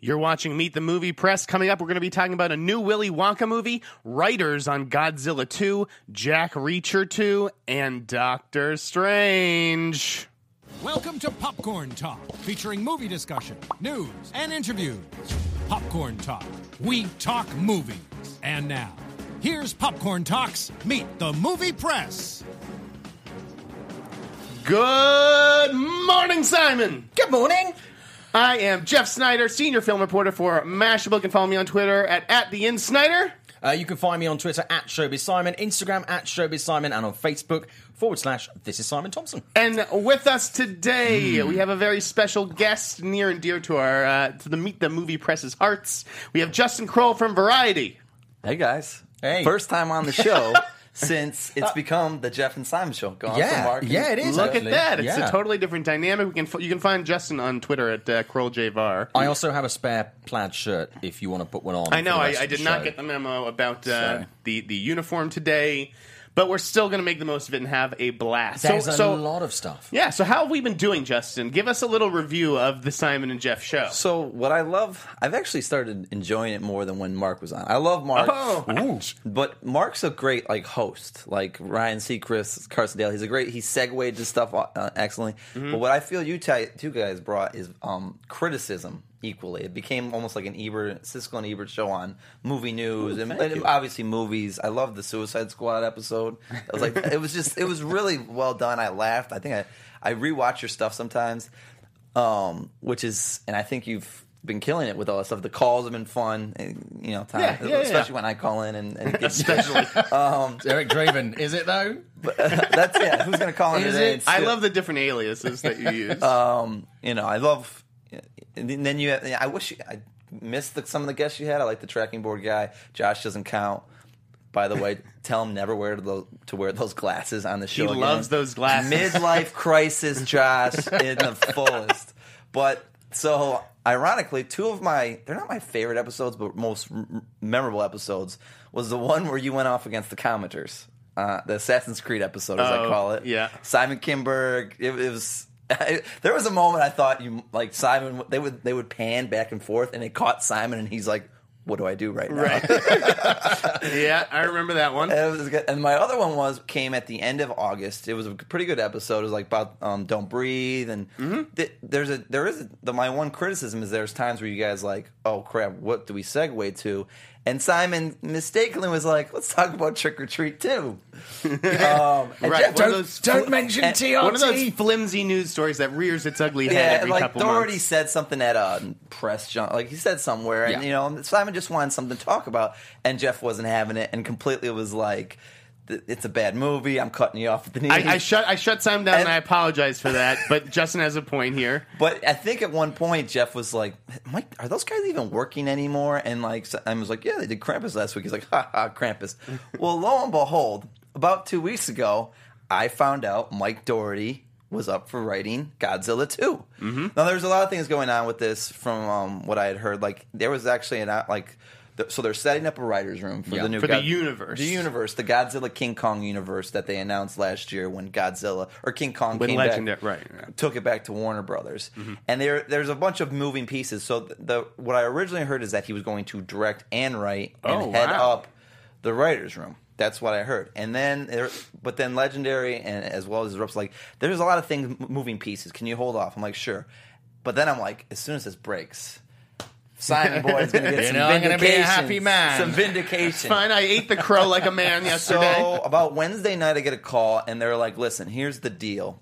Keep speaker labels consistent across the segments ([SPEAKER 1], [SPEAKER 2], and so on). [SPEAKER 1] You're watching Meet the Movie Press. Coming up, we're going to be talking about a new Willy Wonka movie, writers on Godzilla 2, Jack Reacher 2, and Doctor Strange.
[SPEAKER 2] Welcome to Popcorn Talk, featuring movie discussion, news, and interviews. Popcorn Talk, we talk movies. And now, here's Popcorn Talks Meet the Movie Press.
[SPEAKER 1] Good morning, Simon.
[SPEAKER 3] Good morning.
[SPEAKER 1] I am Jeff Snyder, senior film reporter for Mashable. You can follow me on Twitter at, at the Snyder.
[SPEAKER 3] Uh, you can find me on Twitter at Showbiz Simon, Instagram at Showbiz Simon, and on Facebook forward slash This is Simon Thompson.
[SPEAKER 1] And with us today, we have a very special guest near and dear to our uh, to the Meet the Movie Press's hearts. We have Justin Kroll from Variety.
[SPEAKER 4] Hey guys.
[SPEAKER 3] Hey.
[SPEAKER 4] First time on the show since it's become the Jeff and Simon show. Go on
[SPEAKER 3] Yeah.
[SPEAKER 4] to Mark and-
[SPEAKER 3] Yeah, it is.
[SPEAKER 1] Look
[SPEAKER 3] Totally.
[SPEAKER 1] at that! It's
[SPEAKER 3] Yeah.
[SPEAKER 1] a totally different dynamic. We can f- you can find Justin on Twitter at uh, Kroll J Var.
[SPEAKER 3] I also have a spare plaid shirt if you want to put one on.
[SPEAKER 1] I know
[SPEAKER 3] for the
[SPEAKER 1] I,
[SPEAKER 3] rest
[SPEAKER 1] I
[SPEAKER 3] of the
[SPEAKER 1] did not
[SPEAKER 3] show.
[SPEAKER 1] get the memo about uh,
[SPEAKER 4] So.
[SPEAKER 1] the the uniform today, but we're still going to make the most of it and have a blast.
[SPEAKER 3] There's
[SPEAKER 1] so,
[SPEAKER 3] a
[SPEAKER 1] so
[SPEAKER 3] lot of stuff.
[SPEAKER 1] yeah. So how have we been doing, Justin? Give us a little review of the Simon and Jeff show.
[SPEAKER 4] So what I love, I've actually started enjoying it more than when Mark was on. I love Mark,
[SPEAKER 3] Oh,
[SPEAKER 4] but Mark's a great like host, like Ryan Seacrest, Carson Dale. He's a great. He segued to stuff uh, excellently. But what I feel you ti- two guys brought is um, criticism equally. It became almost like an Ebert, Siskel and Ebert show on movie news and, and obviously movies. I love the Suicide Squad episode. I was like, it was just, it was really well done. I laughed. I think I, I rewatch your stuff sometimes um, which is, and I think you've been killing it with all that stuff. The calls have been fun, and, you know, time,
[SPEAKER 1] Yeah, yeah, yeah.
[SPEAKER 4] especially when I call in and, and get,
[SPEAKER 1] Especially,
[SPEAKER 5] Eric Draven, is it though?
[SPEAKER 4] uh, that's yeah. Who's gonna call in
[SPEAKER 5] Is
[SPEAKER 4] today?
[SPEAKER 5] it?
[SPEAKER 4] and
[SPEAKER 1] I
[SPEAKER 4] steal-
[SPEAKER 1] love the different aliases that you use.
[SPEAKER 4] Uh, you know, I love. And then you, I wish you, I missed the, some of the guests you had. I like the tracking board guy. Josh doesn't count. By the way, tell him never wear those, to wear those glasses on the show. again.
[SPEAKER 1] loves those glasses.
[SPEAKER 4] Midlife crisis, Josh, in the fullest. But so, ironically, two of my—they're not my favorite episodes, but most m- memorable episodes—was the one where you went off against the commenters, uh, the Assassin's Creed episode, as
[SPEAKER 1] Oh,
[SPEAKER 4] I call it.
[SPEAKER 1] yeah.
[SPEAKER 4] Simon Kimberg. It, it was. there was a moment I thought you like Simon. They would they would pan back and forth, and it caught Simon, and he's like, "What do I do right now?"
[SPEAKER 1] Right. yeah, I remember that one.
[SPEAKER 4] And, it was good. And my other one was came at the end of August. It was a pretty good episode. It was like about um, don't breathe and
[SPEAKER 1] Mm-hmm.
[SPEAKER 4] th- there's a there is a, the, my one criticism is there's times where you guys like oh crap what do we segue to, and Simon mistakenly was like let's talk about trick or treat too. um, and
[SPEAKER 1] Right,
[SPEAKER 4] Jeff-
[SPEAKER 1] one of those-
[SPEAKER 5] Don't mention
[SPEAKER 4] and-
[SPEAKER 5] TRT.
[SPEAKER 1] One of those flimsy news stories that rears its ugly head
[SPEAKER 4] yeah,
[SPEAKER 1] every
[SPEAKER 4] like
[SPEAKER 1] couple
[SPEAKER 4] Doherty
[SPEAKER 1] months.
[SPEAKER 4] said something at a press junk, like he said somewhere,
[SPEAKER 5] Yeah.
[SPEAKER 4] and you know Simon just wanted something to talk about, and Jeff wasn't having it, and completely was like, "Th- "It's a bad movie. I'm cutting you off at the knees."
[SPEAKER 1] I, I shut I shut Simon down, and,
[SPEAKER 4] And-
[SPEAKER 1] I apologize for that. But Justin has a point here.
[SPEAKER 4] but I think at one point Jeff was like, "Mike, are those guys even working anymore?" And like I was like, "Yeah, they did Krampus last week." He's like, "Ha ha, Krampus." well, lo and behold, about two weeks ago, I found out Mike Doherty was up for writing Godzilla 2. Mm-hmm. Now, there's a lot of things going on with this from um, what I had heard. Like there was actually an out like. th- So they're setting up a writers' room for
[SPEAKER 5] Yeah.
[SPEAKER 4] the new
[SPEAKER 1] For the universe.
[SPEAKER 4] the universe, the Godzilla King Kong universe that they announced last year when Godzilla or King Kong
[SPEAKER 1] When
[SPEAKER 4] came
[SPEAKER 1] Legendary-
[SPEAKER 4] back,
[SPEAKER 1] right, yeah.
[SPEAKER 4] took it back to Warner Brothers,
[SPEAKER 5] Mm-hmm.
[SPEAKER 4] and there there's a bunch of moving pieces. So the, the what I originally heard is that he was going to direct and write and
[SPEAKER 1] Oh,
[SPEAKER 4] head
[SPEAKER 1] wow.
[SPEAKER 4] up the writers' room. That's what I heard, and then there, but then Legendary and as well as Reps like there's a lot of things moving pieces. Can you hold off? I'm like sure, but then I'm like as soon as this breaks. Simon Boy is going to get
[SPEAKER 5] You
[SPEAKER 4] some
[SPEAKER 5] know I'm gonna be a
[SPEAKER 4] vindication.
[SPEAKER 5] happy man.
[SPEAKER 4] Some vindication.
[SPEAKER 1] Fine, I ate the crow like a man yesterday.
[SPEAKER 4] So about Wednesday night, I get a call, and they're like, "Listen, here's the deal.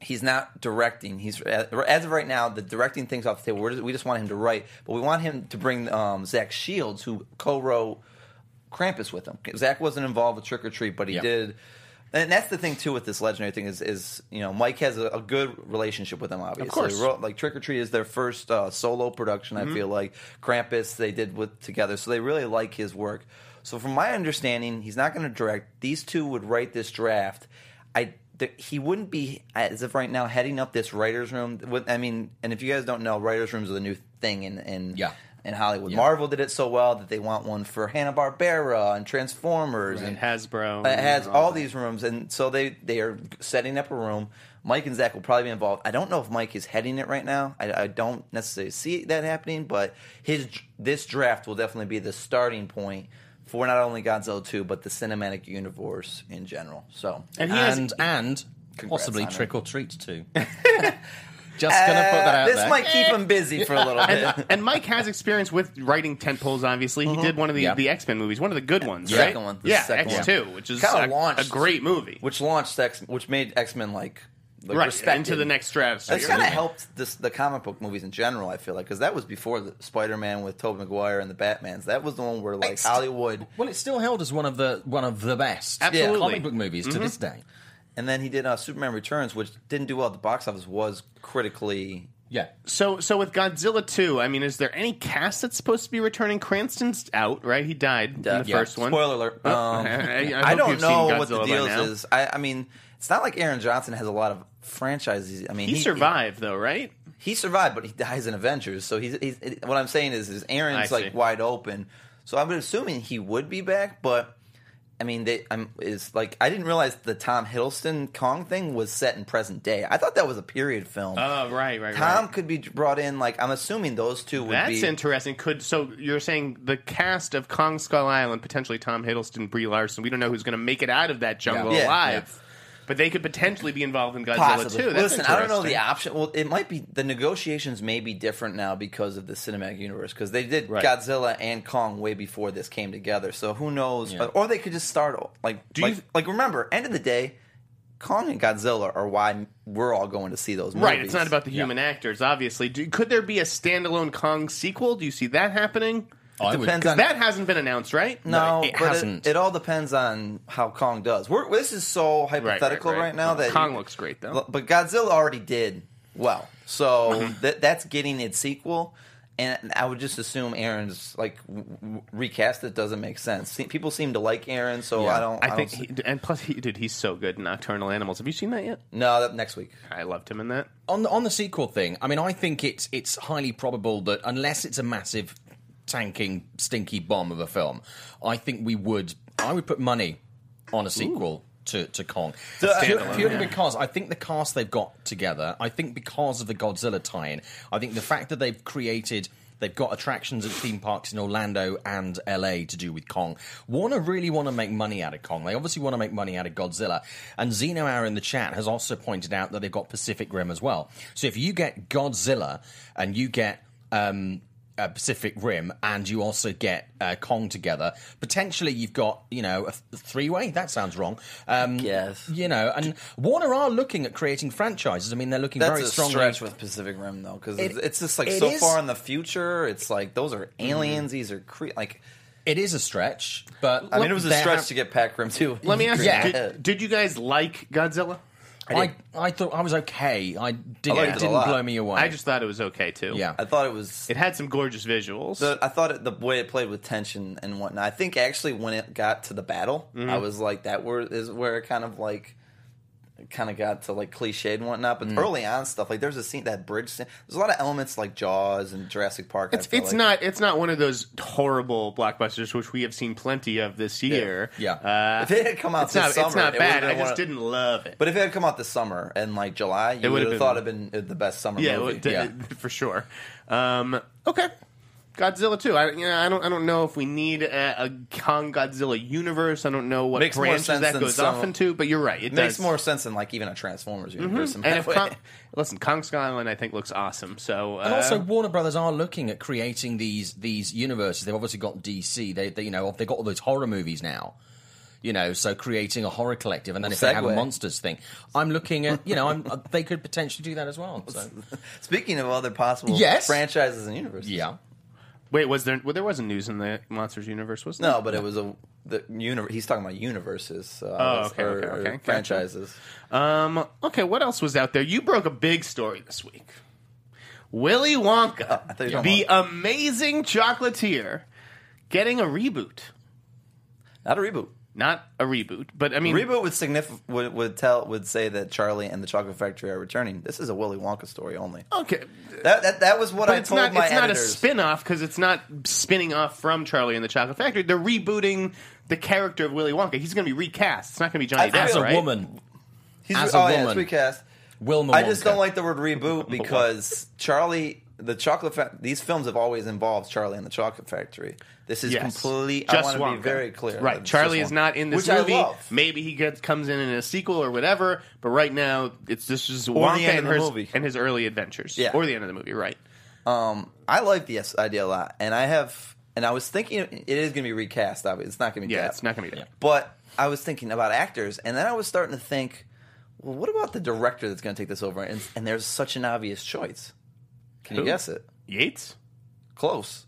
[SPEAKER 4] He's not directing. He's as of right now, the directing thing's off the table. We're just, we just want him to write, but we want him to bring um, Zach Shields, who co-wrote Krampus with him. Zach wasn't involved with Trick or Treat, but he
[SPEAKER 5] Yeah.
[SPEAKER 4] did." And that's the thing too with this legendary thing is is you know Mike has a, a good relationship with them obviously.
[SPEAKER 1] course.
[SPEAKER 4] Ro- like Trick or Treat is their first uh, solo production.
[SPEAKER 3] Mm-hmm.
[SPEAKER 4] I feel like Krampus they did with together, so they really like his work. So from my understanding, he's not going to direct. These two would write this draft. I th- he wouldn't be as of right now heading up this writers room. With, I mean, and if you guys don't know, writers rooms are the new thing in in
[SPEAKER 3] Yeah.
[SPEAKER 4] in Hollywood.
[SPEAKER 3] Yeah.
[SPEAKER 4] Marvel did it so well that they want one for Hanna Barbera and Transformers and
[SPEAKER 1] And Hasbro.
[SPEAKER 4] it has all these rooms, and so they they are setting up a room. Mike and Zach will probably be involved. I don't know if Mike is heading it right now. I, I don't necessarily see that happening, but his this draft will definitely be the starting point for not only Godzilla two but the cinematic universe in general. So uh,
[SPEAKER 1] and he has
[SPEAKER 3] and and possibly
[SPEAKER 4] on it.
[SPEAKER 3] trick or treat too.
[SPEAKER 5] Just gonna put that
[SPEAKER 4] Uh,
[SPEAKER 5] out
[SPEAKER 4] this
[SPEAKER 5] there.
[SPEAKER 4] might keep him busy for a little bit.
[SPEAKER 1] and Mike has experience with writing tent poles. Obviously, he did one of the,
[SPEAKER 3] Yeah.
[SPEAKER 1] the X Men movies, one of the good ones,
[SPEAKER 4] Mm-hmm. The
[SPEAKER 1] right?
[SPEAKER 4] second one, the
[SPEAKER 1] yeah,
[SPEAKER 4] second one.
[SPEAKER 1] X Two, which is
[SPEAKER 4] Kinda
[SPEAKER 1] a, a
[SPEAKER 4] launched-
[SPEAKER 1] great movie,
[SPEAKER 4] which launched X, which made X Men like, like
[SPEAKER 1] right
[SPEAKER 4] respected.
[SPEAKER 1] into the next stratosphere.
[SPEAKER 4] That's kind of helped this, the comic book movies in general. I feel like because that was before the Spider Man with Tobey Maguire and the Batman's. That was the one where like
[SPEAKER 3] It's-
[SPEAKER 4] Hollywood,
[SPEAKER 3] Well, it's still held as one of the one of the best
[SPEAKER 1] Absolutely. Mm-hmm.
[SPEAKER 3] comic book movies to this day.
[SPEAKER 4] and then he did uh, Superman Returns, which didn't do well at the box office. Was critically
[SPEAKER 3] Yeah,
[SPEAKER 1] So, so with Godzilla 2, I mean, is there any cast that's supposed to be returning? Cranston's out, right? He died in the
[SPEAKER 4] Yeah.
[SPEAKER 1] first one. Oh,
[SPEAKER 4] Spoiler alert. Um,
[SPEAKER 1] I,
[SPEAKER 4] I,
[SPEAKER 1] hope
[SPEAKER 4] don't
[SPEAKER 1] you've
[SPEAKER 4] know
[SPEAKER 1] seen
[SPEAKER 4] what the
[SPEAKER 1] Godzilla by
[SPEAKER 4] deal
[SPEAKER 1] now.
[SPEAKER 4] is. I, I mean, it's not like Aaron Johnson has a lot of franchises. I mean,
[SPEAKER 1] He survived, though, right?
[SPEAKER 4] He survived, but he dies in Avengers. So he's, he's it- what I'm saying is, is Aaron's
[SPEAKER 1] I
[SPEAKER 4] like
[SPEAKER 1] see.
[SPEAKER 4] wide open. So I'm assuming he would be back, but I mean, they, I'm is like I didn't realize the Tom Hiddleston Kong thing was set in present day. I thought that was a period film.
[SPEAKER 1] Oh, right, right,
[SPEAKER 4] Tom
[SPEAKER 1] right.
[SPEAKER 4] could be brought in. Like I'm assuming those two would
[SPEAKER 1] That's
[SPEAKER 4] be.
[SPEAKER 1] interesting. Could so you're saying the cast of Kong Skull Island, potentially Tom Hiddleston, Brie Larson. We don't know who's going to make it out of that jungle
[SPEAKER 4] Yeah. Yeah,
[SPEAKER 1] alive, but they could potentially be involved in Godzilla
[SPEAKER 4] Possibly.
[SPEAKER 1] too. That's
[SPEAKER 4] Listen, I don't know the
[SPEAKER 1] interesting.
[SPEAKER 4] option. Well, it might be the negotiations may be different now because of the cinematic universe because they did
[SPEAKER 1] Right.
[SPEAKER 4] Godzilla and Kong way before this came together. So who knows? Or they could just start o- like
[SPEAKER 1] Do
[SPEAKER 4] like,
[SPEAKER 1] you-
[SPEAKER 4] like remember end of the day, Kong and Godzilla are why we're all going to see those movies.
[SPEAKER 1] Right, it's not about the human actors, obviously. Do, could there be a standalone Kong sequel? Do you see that happening?
[SPEAKER 5] I would-
[SPEAKER 4] depends on
[SPEAKER 1] That hasn't been announced, right?
[SPEAKER 4] No,
[SPEAKER 3] No, it
[SPEAKER 4] but
[SPEAKER 3] hasn't.
[SPEAKER 4] It, all depends on how Kong does. We're, this is so hypothetical right,
[SPEAKER 1] right.
[SPEAKER 4] now
[SPEAKER 1] Well,
[SPEAKER 4] that
[SPEAKER 1] Kong looks great, though.
[SPEAKER 4] L- But Godzilla already did well, so that that's getting its sequel. And I would just assume Aaron's like w- w- recast it doesn't make sense. Se- people seem to like Aaron, so I don't. I,
[SPEAKER 1] I
[SPEAKER 4] don't
[SPEAKER 1] think,
[SPEAKER 4] see-
[SPEAKER 1] he, and plus, he, dude, he's so good in Nocturnal Animals. Have you seen that yet?
[SPEAKER 4] no. That next week,
[SPEAKER 1] I loved him in that.
[SPEAKER 3] on the, on the sequel thing, I mean, I think it's it's highly probable that unless it's a massive tanking stinky bomb of a film, I think we would I would put money on a sequel. To, to Kong. Pu- purely because I think the cast they've got together, I think because of the Godzilla tie in, I think the fact that they've created, they've got attractions at theme parks in Orlando and LA to do with Kong. Warner really want to make money out of Kong. They obviously want to make money out of Godzilla. And Zeno Hour in the chat has also pointed out that they've got Pacific Rim as well. So if you get Godzilla and you get um, uh, Pacific Rim, and you also get uh, Kong together. Potentially, you've got you know a th- three-way. That sounds wrong. Um,
[SPEAKER 4] Yes.
[SPEAKER 3] you know, and Warner are looking at creating franchises. I mean, they're looking
[SPEAKER 4] that's
[SPEAKER 3] very
[SPEAKER 4] a
[SPEAKER 3] strongly.
[SPEAKER 4] stretch with Pacific Rim though, because
[SPEAKER 3] It-
[SPEAKER 4] it's, it's just like
[SPEAKER 3] it
[SPEAKER 4] so
[SPEAKER 3] is-
[SPEAKER 4] far in the future. It's like those are aliens. These are cre- like.
[SPEAKER 3] It is a stretch, but
[SPEAKER 4] I mean, it was a
[SPEAKER 3] they're
[SPEAKER 4] stretch
[SPEAKER 3] ha-
[SPEAKER 4] to get Pac Rim too.
[SPEAKER 1] Let me ask
[SPEAKER 3] Yeah.
[SPEAKER 1] you, did, did you guys like Godzilla?
[SPEAKER 3] I, I thought I was okay. I did,
[SPEAKER 4] I liked
[SPEAKER 3] it
[SPEAKER 4] it a
[SPEAKER 3] didn't
[SPEAKER 4] lot.
[SPEAKER 3] blow me away.
[SPEAKER 1] I just thought it was okay, too.
[SPEAKER 3] yeah.
[SPEAKER 4] I thought it was
[SPEAKER 1] It had some gorgeous visuals.
[SPEAKER 4] The, I thought it, the way it played with tension and whatnot. I think actually when it got to the battle,
[SPEAKER 1] Mm-hmm.
[SPEAKER 4] I was like, that were, is where it kind of like kind of got to like cliched and whatnot.
[SPEAKER 1] Mm.
[SPEAKER 4] But early on stuff like there's a scene that bridge. Scene, there's a lot of elements like Jaws and Jurassic Park. I
[SPEAKER 1] it's
[SPEAKER 4] feel
[SPEAKER 1] it's
[SPEAKER 4] like.
[SPEAKER 1] not it's not one of those horrible blockbusters which we have seen plenty of this year.
[SPEAKER 3] Yeah.
[SPEAKER 1] Uh,
[SPEAKER 4] If it had come out
[SPEAKER 1] it's
[SPEAKER 4] this
[SPEAKER 1] not
[SPEAKER 4] summer,
[SPEAKER 1] it's not
[SPEAKER 4] it would've
[SPEAKER 1] bad.
[SPEAKER 4] been
[SPEAKER 1] I just
[SPEAKER 4] one of-
[SPEAKER 1] didn't love it.
[SPEAKER 4] But if it had come out this summer in like July, you
[SPEAKER 1] would've
[SPEAKER 4] would have
[SPEAKER 1] been-
[SPEAKER 4] thought it'd been the best summer
[SPEAKER 1] yeah, well,
[SPEAKER 4] movie.
[SPEAKER 1] d-
[SPEAKER 3] yeah.
[SPEAKER 1] for sure. Um, okay, Godzilla too. I you know, I don't I don't know if we need a, a Kong Godzilla universe. I don't know what
[SPEAKER 4] Makes more
[SPEAKER 1] branches
[SPEAKER 4] sense
[SPEAKER 1] that
[SPEAKER 4] than
[SPEAKER 1] goes
[SPEAKER 4] some-
[SPEAKER 1] off into. But you're right. It
[SPEAKER 4] It
[SPEAKER 1] does.
[SPEAKER 4] makes
[SPEAKER 1] Mm-hmm.
[SPEAKER 4] more sense than like even a Transformers universe. in
[SPEAKER 1] And
[SPEAKER 4] that
[SPEAKER 1] if
[SPEAKER 4] way.
[SPEAKER 1] Kong, listen, Kong Skull Island, I think looks awesome. So uh,
[SPEAKER 3] And also, Warner Brothers are looking at creating these these universes. They've obviously got DC. They, they you know they've got all those horror movies now. You know, so creating a horror collective, and then if they have a
[SPEAKER 4] Segue.
[SPEAKER 3] monsters thing, I'm looking at you know I'm, uh, they could potentially do that as well. So.
[SPEAKER 4] Speaking of other possible
[SPEAKER 3] Yes.
[SPEAKER 4] franchises and universes,
[SPEAKER 3] Yeah,
[SPEAKER 1] wait, was there? Well, there wasn't news in the Monsters universe, was there?
[SPEAKER 4] No, but it was a the universe. He's talking about universes. Uh,
[SPEAKER 1] Oh, okay,
[SPEAKER 4] or,
[SPEAKER 1] okay,
[SPEAKER 4] or
[SPEAKER 1] okay, gotcha.
[SPEAKER 4] franchises.
[SPEAKER 1] Um, okay, what else was out there? You broke a big story this week. Willy Wonka,
[SPEAKER 4] I thought you were talking
[SPEAKER 1] the amazing chocolatier, getting a reboot.
[SPEAKER 4] Not a reboot.
[SPEAKER 1] not a reboot, but I mean,
[SPEAKER 4] Reboot would, signif- would would tell would say that Charlie and the Chocolate Factory are returning. This is a Willy Wonka story only.
[SPEAKER 1] okay.
[SPEAKER 4] That that, that was what
[SPEAKER 1] But
[SPEAKER 4] I
[SPEAKER 1] it's
[SPEAKER 4] told
[SPEAKER 1] not
[SPEAKER 4] my
[SPEAKER 1] it's not a
[SPEAKER 4] editors.
[SPEAKER 1] spin off because it's not spinning off from Charlie and the Chocolate Factory. They're rebooting the character of Willy Wonka. He's going to be recast. It's not going to be Johnny
[SPEAKER 4] I
[SPEAKER 1] Depp,
[SPEAKER 3] As a
[SPEAKER 1] right?
[SPEAKER 3] woman,
[SPEAKER 4] He's,
[SPEAKER 3] as a
[SPEAKER 4] oh yeah, it's
[SPEAKER 3] woman.
[SPEAKER 4] recast.
[SPEAKER 3] Wilma.
[SPEAKER 4] I just
[SPEAKER 3] Wonka.
[SPEAKER 4] don't like the word reboot because Charlie, the Chocolate Factory, these films have always involved Charlie and the Chocolate Factory. This is
[SPEAKER 1] Yes.
[SPEAKER 4] completely. I
[SPEAKER 1] Just
[SPEAKER 4] want to be
[SPEAKER 1] Wonka.
[SPEAKER 4] very clear. that
[SPEAKER 1] Right.
[SPEAKER 4] it's
[SPEAKER 1] Charlie
[SPEAKER 4] just
[SPEAKER 1] is not in this
[SPEAKER 4] Which I
[SPEAKER 1] movie.
[SPEAKER 4] love.
[SPEAKER 1] Maybe he gets comes in in a sequel or whatever. But right now, it's this is
[SPEAKER 4] the
[SPEAKER 1] Wonka and,
[SPEAKER 4] end of the
[SPEAKER 1] hers-
[SPEAKER 4] movie.
[SPEAKER 1] and his early adventures.
[SPEAKER 4] Yeah.
[SPEAKER 1] Or the end of the movie. Right.
[SPEAKER 4] I like the s- idea a lot, and I have, and I was thinking it is going to be recast. Obviously, it's not going to be.
[SPEAKER 1] Yeah.
[SPEAKER 4] Depp.
[SPEAKER 1] It's not going to be. Depp.
[SPEAKER 4] But I was thinking about actors, and then I was starting to think, well, what about the director that's going to take this over? And, and there's such an obvious choice. Can
[SPEAKER 1] Who?
[SPEAKER 4] you guess it?
[SPEAKER 1] Yates.
[SPEAKER 4] Close,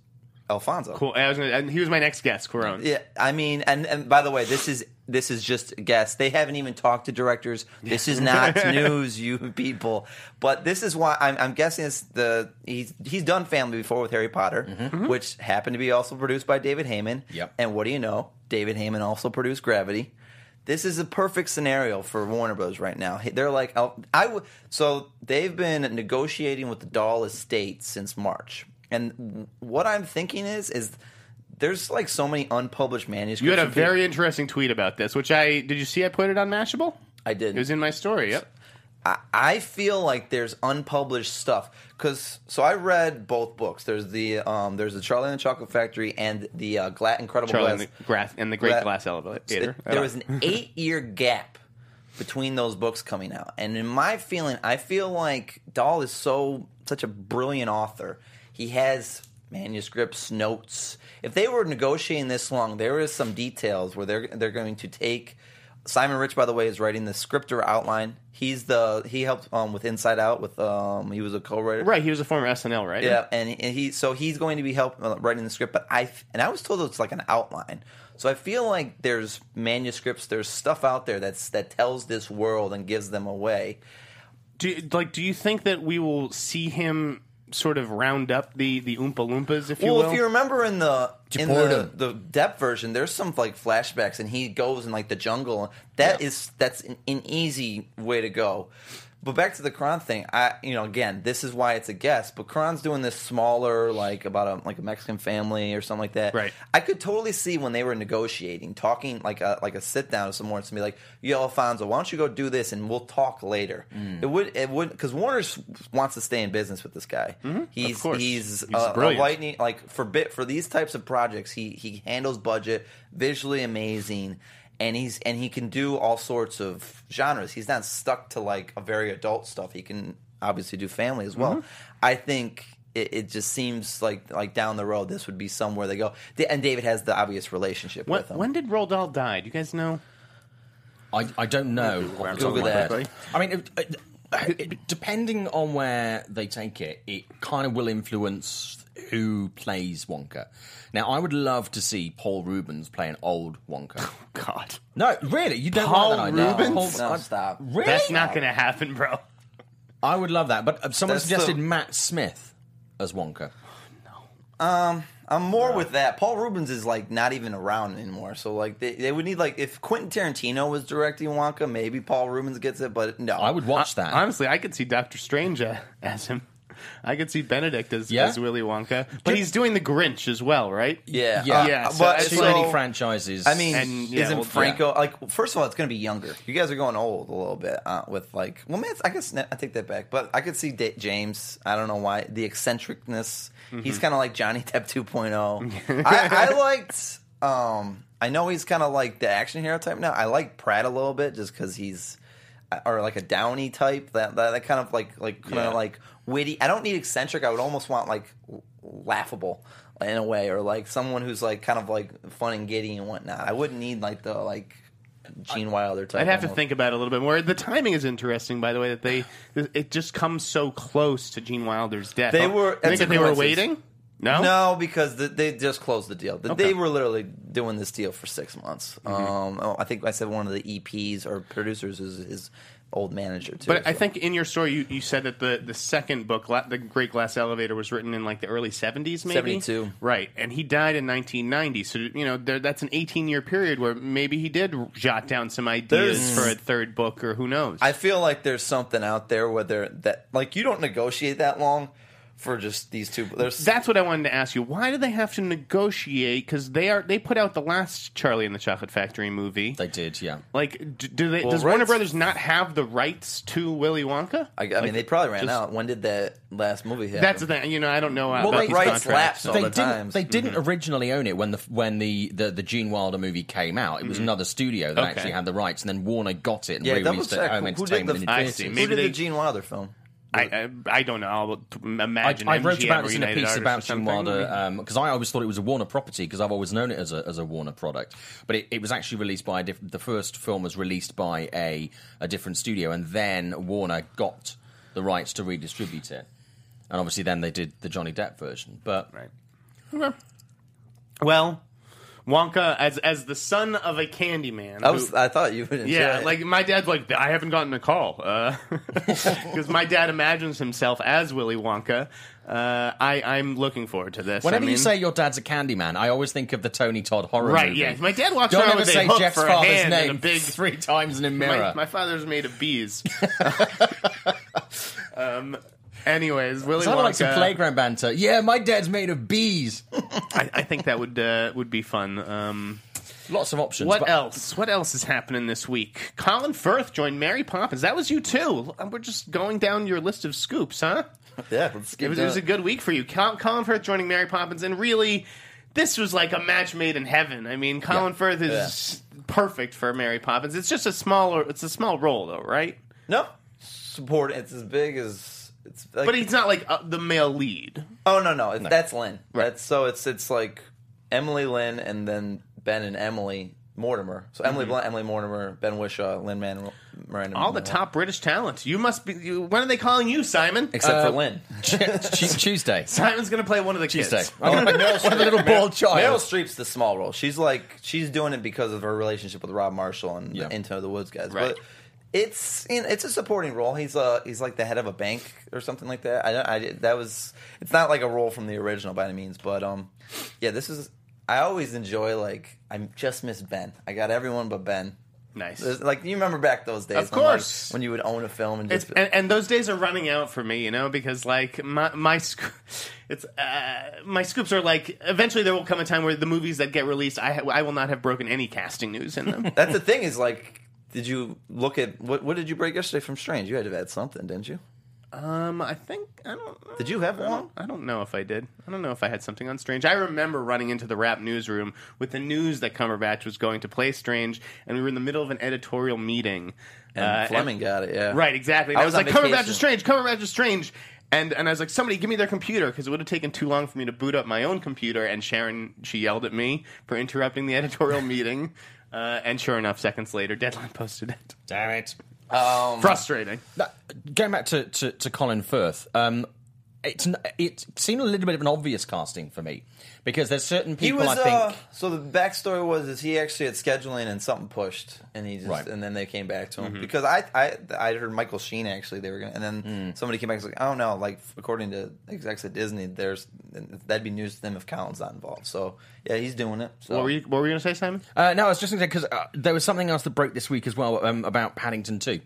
[SPEAKER 4] Alfonso.
[SPEAKER 1] Cool. I was gonna, and he was my next guest, Cuaron.
[SPEAKER 4] Yeah, I mean, and, and by the way, this is this is just a guess. They haven't even talked to directors. This is not news, you people. But this is why I'm, I'm guessing it's the he's he's done Family before with Harry Potter, which happened to be also produced by David Heyman.
[SPEAKER 3] Yep.
[SPEAKER 4] And what do you know? David Heyman also produced Gravity. This is a perfect scenario for Warner Bros. right now. They're like, I'll- I w- so they've been negotiating with the Doll estate since March, and what I'm thinking is, is there's like so many unpublished manuscripts.
[SPEAKER 1] You had a
[SPEAKER 4] of people-
[SPEAKER 1] very interesting tweet about this, which I did. You see, I put it on Mashable.
[SPEAKER 4] I did.
[SPEAKER 1] It was in my story. Yep.
[SPEAKER 4] I, I feel like there's unpublished stuff because so I read both books. There's the um, there's the Charlie and the Chocolate Factory and the uh, Gla- Incredible
[SPEAKER 1] Charlie and
[SPEAKER 4] Glass.
[SPEAKER 1] the, grass, and the Great
[SPEAKER 4] Gla-
[SPEAKER 1] Glass Elevator.
[SPEAKER 4] There was an eight year gap between those books coming out, and in my feeling, I feel like Dahl is so such a brilliant author. He has manuscripts, notes. If they were negotiating this long, there is some details where they're they're going to take. Simon Rich, by the way, is writing the script or outline. He's the he helped um, with Inside Out with um he was a co-writer.
[SPEAKER 1] right. He was a former SNL, right?
[SPEAKER 4] Yeah, and, and he so he's going to be help uh, writing the script, but I f- and I was told it's like an outline. So I feel like there's manuscripts, there's stuff out there that's that tells this world and gives them away.
[SPEAKER 1] Do you, like, do you think that we will see him sort of round up the the Oompa Loompas, if you
[SPEAKER 4] well,
[SPEAKER 1] will?
[SPEAKER 4] if you remember in the in
[SPEAKER 3] Deport
[SPEAKER 4] the,
[SPEAKER 3] 'em.
[SPEAKER 4] the depth version, there's some like flashbacks, and he goes in like the jungle. That is that's an, an easy way to go. But back to the Kron thing, I you know again this is why it's a guess. But Kron's doing this smaller like about a like a Mexican family or something like that.
[SPEAKER 1] Right.
[SPEAKER 4] I could totally see when they were negotiating, talking like a like a sit down with someone to be like, "Yo, Alfonso, why don't you go do this and we'll talk later."
[SPEAKER 1] Mm.
[SPEAKER 4] It would it would because Warner s- wants to stay in business with this guy. He's
[SPEAKER 1] Mm-hmm. course.
[SPEAKER 4] he's,
[SPEAKER 1] He's
[SPEAKER 4] uh, a
[SPEAKER 1] brilliant.
[SPEAKER 4] lightning like for bit for these types of projects. He he handles budget visually amazing. And he's and he can do all sorts of genres. He's not stuck to like a very adult stuff. He can obviously do family as well.
[SPEAKER 1] Mm-hmm.
[SPEAKER 4] I think it, it just seems like like down the road this would be somewhere they go. Da- And David has the obvious relationship
[SPEAKER 1] when,
[SPEAKER 4] with him.
[SPEAKER 1] when did Roald Dahl die? Do you guys know?
[SPEAKER 3] I, I don't know. off the top of my
[SPEAKER 4] that.
[SPEAKER 3] head. I mean, it, it- it- depending on where they take it, it kind of will influence who plays Wonka. Now, I would love to see Paul Rubens play an old Wonka.
[SPEAKER 1] God,
[SPEAKER 3] No, really, you don't
[SPEAKER 1] Paul
[SPEAKER 3] like that idea.
[SPEAKER 1] Rubens?
[SPEAKER 4] No,
[SPEAKER 3] I-
[SPEAKER 4] stop.
[SPEAKER 3] Really?
[SPEAKER 1] that's not going to happen, bro.
[SPEAKER 3] I would love that, but uh, someone
[SPEAKER 4] That's
[SPEAKER 3] suggested
[SPEAKER 4] the-
[SPEAKER 3] Matt Smith as Wonka.
[SPEAKER 4] I'm more with that. Paul Rubens is like not even around anymore. So like they, they would need like if Quentin Tarantino was directing Wonka, maybe Paul Rubens gets it. But no,
[SPEAKER 3] I would watch that.
[SPEAKER 1] Honestly, I could see Doctor Strange uh, as him. I could see Benedict as,
[SPEAKER 3] Yeah?
[SPEAKER 1] as Willy Wonka, but he's doing the Grinch as well, right?
[SPEAKER 4] Yeah,
[SPEAKER 3] Yeah.
[SPEAKER 4] uh,
[SPEAKER 1] Yeah, so
[SPEAKER 4] but
[SPEAKER 1] it's
[SPEAKER 3] Too
[SPEAKER 4] so-
[SPEAKER 3] many franchises.
[SPEAKER 4] I mean,
[SPEAKER 1] And, yeah,
[SPEAKER 4] isn't
[SPEAKER 1] well,
[SPEAKER 4] Franco like? First of all, it's going to be younger. You guys are going old a little bit uh, with like. Well, man, I guess I take that back. But I could see da- James. I don't know why the eccentricness.
[SPEAKER 1] Mm-hmm.
[SPEAKER 4] He's kind of like Johnny Depp 2.0. I, I liked. Um, I know he's kind of like the action hero type now. I like Pratt a little bit just because he's. uh, Or like a Downey type, that that, that kind of like like kind
[SPEAKER 3] Yeah.
[SPEAKER 4] of like witty. I don't need eccentric. I would almost want like laughable in a way, or like someone who's like kind of like fun and giddy and whatnot. I wouldn't need like the like Gene Wilder type.
[SPEAKER 1] I'd have to
[SPEAKER 4] almost.
[SPEAKER 1] think about it a little bit more. The timing is interesting, by the way, that they it just comes so close to Gene Wilder's death.
[SPEAKER 4] They were-
[SPEAKER 1] I think that they were waiting. No,
[SPEAKER 4] No, because the, they just closed the deal. The- They were literally doing
[SPEAKER 1] Mm-hmm.
[SPEAKER 4] this deal for six months. Um, oh, I think I said one of the EPs or E producers is, is old manager too.
[SPEAKER 1] But I
[SPEAKER 4] so.
[SPEAKER 1] think in your story, you, you said that the, the second book, La- The Great Glass Elevator, was written in like the early 70s, maybe?
[SPEAKER 4] 72.
[SPEAKER 1] Right. And he died in 1990. So, you know, there, that's an 18 year period where maybe he did jot down some ideas
[SPEAKER 4] There's-
[SPEAKER 1] for a third book or who knows.
[SPEAKER 4] I feel like there's something out there whether that like you don't negotiate that long for just these two. There's
[SPEAKER 1] that's what I wanted to ask you. Why do they have to negotiate? Because they are they put out the last Charlie and the Chocolate Factory movie.
[SPEAKER 3] They did, yeah.
[SPEAKER 1] Like, d- do they?
[SPEAKER 4] Well,
[SPEAKER 1] does Warner
[SPEAKER 4] rights-
[SPEAKER 1] Brothers not have the rights to Willy Wonka?
[SPEAKER 4] I, I mean, they probably ran out. When did that last movie happen?
[SPEAKER 1] That's the thing. You know, I don't know uh, about
[SPEAKER 4] Well,
[SPEAKER 1] these
[SPEAKER 4] rights
[SPEAKER 1] contracts.
[SPEAKER 4] lapse all
[SPEAKER 3] they
[SPEAKER 4] the
[SPEAKER 3] didn't,
[SPEAKER 4] times. Mm-hmm.
[SPEAKER 3] They didn't originally own it when the when the, the, the Gene Wilder movie came out. It was another studio that
[SPEAKER 1] Okay.
[SPEAKER 3] actually had the rights, and then Warner got it and
[SPEAKER 4] Mm-hmm. yeah, double
[SPEAKER 3] re-released it at
[SPEAKER 4] check.
[SPEAKER 3] Home
[SPEAKER 4] Who, who did
[SPEAKER 3] Entertainment.
[SPEAKER 4] the
[SPEAKER 3] in
[SPEAKER 1] I
[SPEAKER 3] theaters.
[SPEAKER 1] see.
[SPEAKER 4] who
[SPEAKER 1] Maybe
[SPEAKER 4] did
[SPEAKER 1] they-
[SPEAKER 4] the Gene Wilder film?
[SPEAKER 1] I, I I don't know. I'll t-
[SPEAKER 3] I,
[SPEAKER 1] imagine.
[SPEAKER 3] I wrote
[SPEAKER 1] MGM
[SPEAKER 3] about this in a
[SPEAKER 1] United
[SPEAKER 3] piece
[SPEAKER 1] Artists or
[SPEAKER 3] about Gene
[SPEAKER 1] something.
[SPEAKER 3] Wilder because I always thought it was a Warner property because I've always known it as a, as a Warner product. But it, it was actually released by a different. The first film was released by a a different studio, and then Warner got the rights to redistribute it. And obviously, then they did the Johnny Depp version. But
[SPEAKER 1] Right. Okay. Well, Wonka as as the son of a candy man.
[SPEAKER 4] I
[SPEAKER 1] who-
[SPEAKER 4] was I thought you would enjoy
[SPEAKER 1] yeah,
[SPEAKER 4] it.
[SPEAKER 1] like my dad's like I haven't gotten a call Uh, because my dad imagines himself as Willy Wonka. Uh, I I'm looking forward to this. I
[SPEAKER 3] Whenever you
[SPEAKER 1] mean-
[SPEAKER 3] say your dad's a candy man, I always think of the Tony Todd horror
[SPEAKER 1] Right,
[SPEAKER 3] movie.
[SPEAKER 1] yeah. My dad walks
[SPEAKER 3] Don't
[SPEAKER 1] around
[SPEAKER 3] ever
[SPEAKER 1] with a
[SPEAKER 3] say
[SPEAKER 1] hook
[SPEAKER 3] Jeff's
[SPEAKER 1] for a
[SPEAKER 3] father's
[SPEAKER 1] hand and
[SPEAKER 3] name
[SPEAKER 1] a big-
[SPEAKER 3] three times in a mirror.
[SPEAKER 1] my, my father's made of bees. um. Anyways, Willy
[SPEAKER 3] Sounded
[SPEAKER 1] Wonka.
[SPEAKER 3] like some playground banter. Yeah, my dad's made of bees.
[SPEAKER 1] I, I think that would uh, would be fun. Um,
[SPEAKER 3] Lots of options.
[SPEAKER 1] What
[SPEAKER 3] but-
[SPEAKER 1] else? What else is happening this week? Colin Firth joined Mary Poppins. That was you too. We're just going down your list of scoops, huh?
[SPEAKER 4] yeah, let's
[SPEAKER 1] It
[SPEAKER 4] get
[SPEAKER 1] was, it was a good week for you. Col- Colin Firth joining Mary Poppins, and really, this was like a match made in heaven. I mean, Colin Firth is perfect for Mary Poppins. It's just a smaller, it's a small role though, right?
[SPEAKER 4] no support. It's as big as it's. Like,
[SPEAKER 1] But he's not like uh, the male lead.
[SPEAKER 4] oh no no, it's, that's Lynn. That's so it's it's like Emily Lynn and then Ben and Emily Mortimer. So Emily Blunt, Emily Mortimer, Ben Wishaw, Lynn Manuel Miranda.
[SPEAKER 1] Mm-hmm. All the top British talent. You must be. You, when are they calling you, Simon?
[SPEAKER 4] except for Lynn.
[SPEAKER 3] Tu- Tuesday.
[SPEAKER 1] Simon's going to play one of the kids.
[SPEAKER 3] Tuesday. I'm gonna- One of the little bald
[SPEAKER 4] Meryl
[SPEAKER 1] Oh,
[SPEAKER 3] child.
[SPEAKER 4] Streep's the small role. She's like she's doing it because of her relationship with Rob Marshall and
[SPEAKER 3] Yeah.
[SPEAKER 4] the Into the Woods guys.
[SPEAKER 1] Right.
[SPEAKER 4] But it's you know, it's a supporting role. He's uh he's like the head of a bank or something like that. I, don't- I did- that was it's not like a role from the original by any means, but um yeah, this is I always enjoy like I just miss Ben. I got everyone but Ben.
[SPEAKER 1] Nice.
[SPEAKER 4] There's- Like you remember back those days,
[SPEAKER 1] Of
[SPEAKER 4] when, like,
[SPEAKER 1] course.
[SPEAKER 4] when you would own a film and
[SPEAKER 1] It's,
[SPEAKER 4] just
[SPEAKER 1] and, and those days are running out for me, you know, because like my my sc- it's uh, my scoops are like eventually there will come a time where the movies that get released I ha- I will not have broken any casting news in them.
[SPEAKER 4] that's the thing is like. Did you look at what? What did you break yesterday from Strange? You had to have had something, didn't you?
[SPEAKER 1] um, I think I don't.
[SPEAKER 4] Did you have
[SPEAKER 1] I
[SPEAKER 4] one?
[SPEAKER 1] don't, I don't know if I did. I don't know if I had something on Strange. I remember running into the rap newsroom with the news that Cumberbatch was going to play Strange, and we were in the middle of an editorial meeting.
[SPEAKER 4] And
[SPEAKER 1] uh,
[SPEAKER 4] Fleming got it, yeah.
[SPEAKER 1] Right, exactly. And
[SPEAKER 4] I
[SPEAKER 1] I,
[SPEAKER 4] was
[SPEAKER 1] was,
[SPEAKER 4] on
[SPEAKER 1] like, Cumberbatch
[SPEAKER 4] vacation.
[SPEAKER 1] is strange, Cumberbatch is strange. And, and I was like, somebody give me their computer because it would have taken too long for me to boot up my own computer. And Sharon, she yelled at me for interrupting the editorial meeting. Uh, and sure enough, seconds later, Deadline posted it.
[SPEAKER 3] Damn it.
[SPEAKER 1] Frustrating.
[SPEAKER 3] That- going back to, to, to Colin Firth, um, it's n- it seemed a little bit of an obvious casting for me because there's certain
[SPEAKER 4] He
[SPEAKER 3] people
[SPEAKER 4] was.
[SPEAKER 3] I think.
[SPEAKER 4] uh, so the backstory was is he actually had scheduling and something pushed, and he just
[SPEAKER 3] Right.
[SPEAKER 4] and then they came back to him because I, I I heard Michael Sheen actually they were gonna and then somebody came back and was like I don't know like according to execs at Disney there's that'd be news to them if Colin's not involved so yeah he's doing it so
[SPEAKER 1] What were you, what were you going to say, Simon?
[SPEAKER 3] Uh, no, I was just going to say because uh, there was something else that broke this week as well um, about Paddington Two.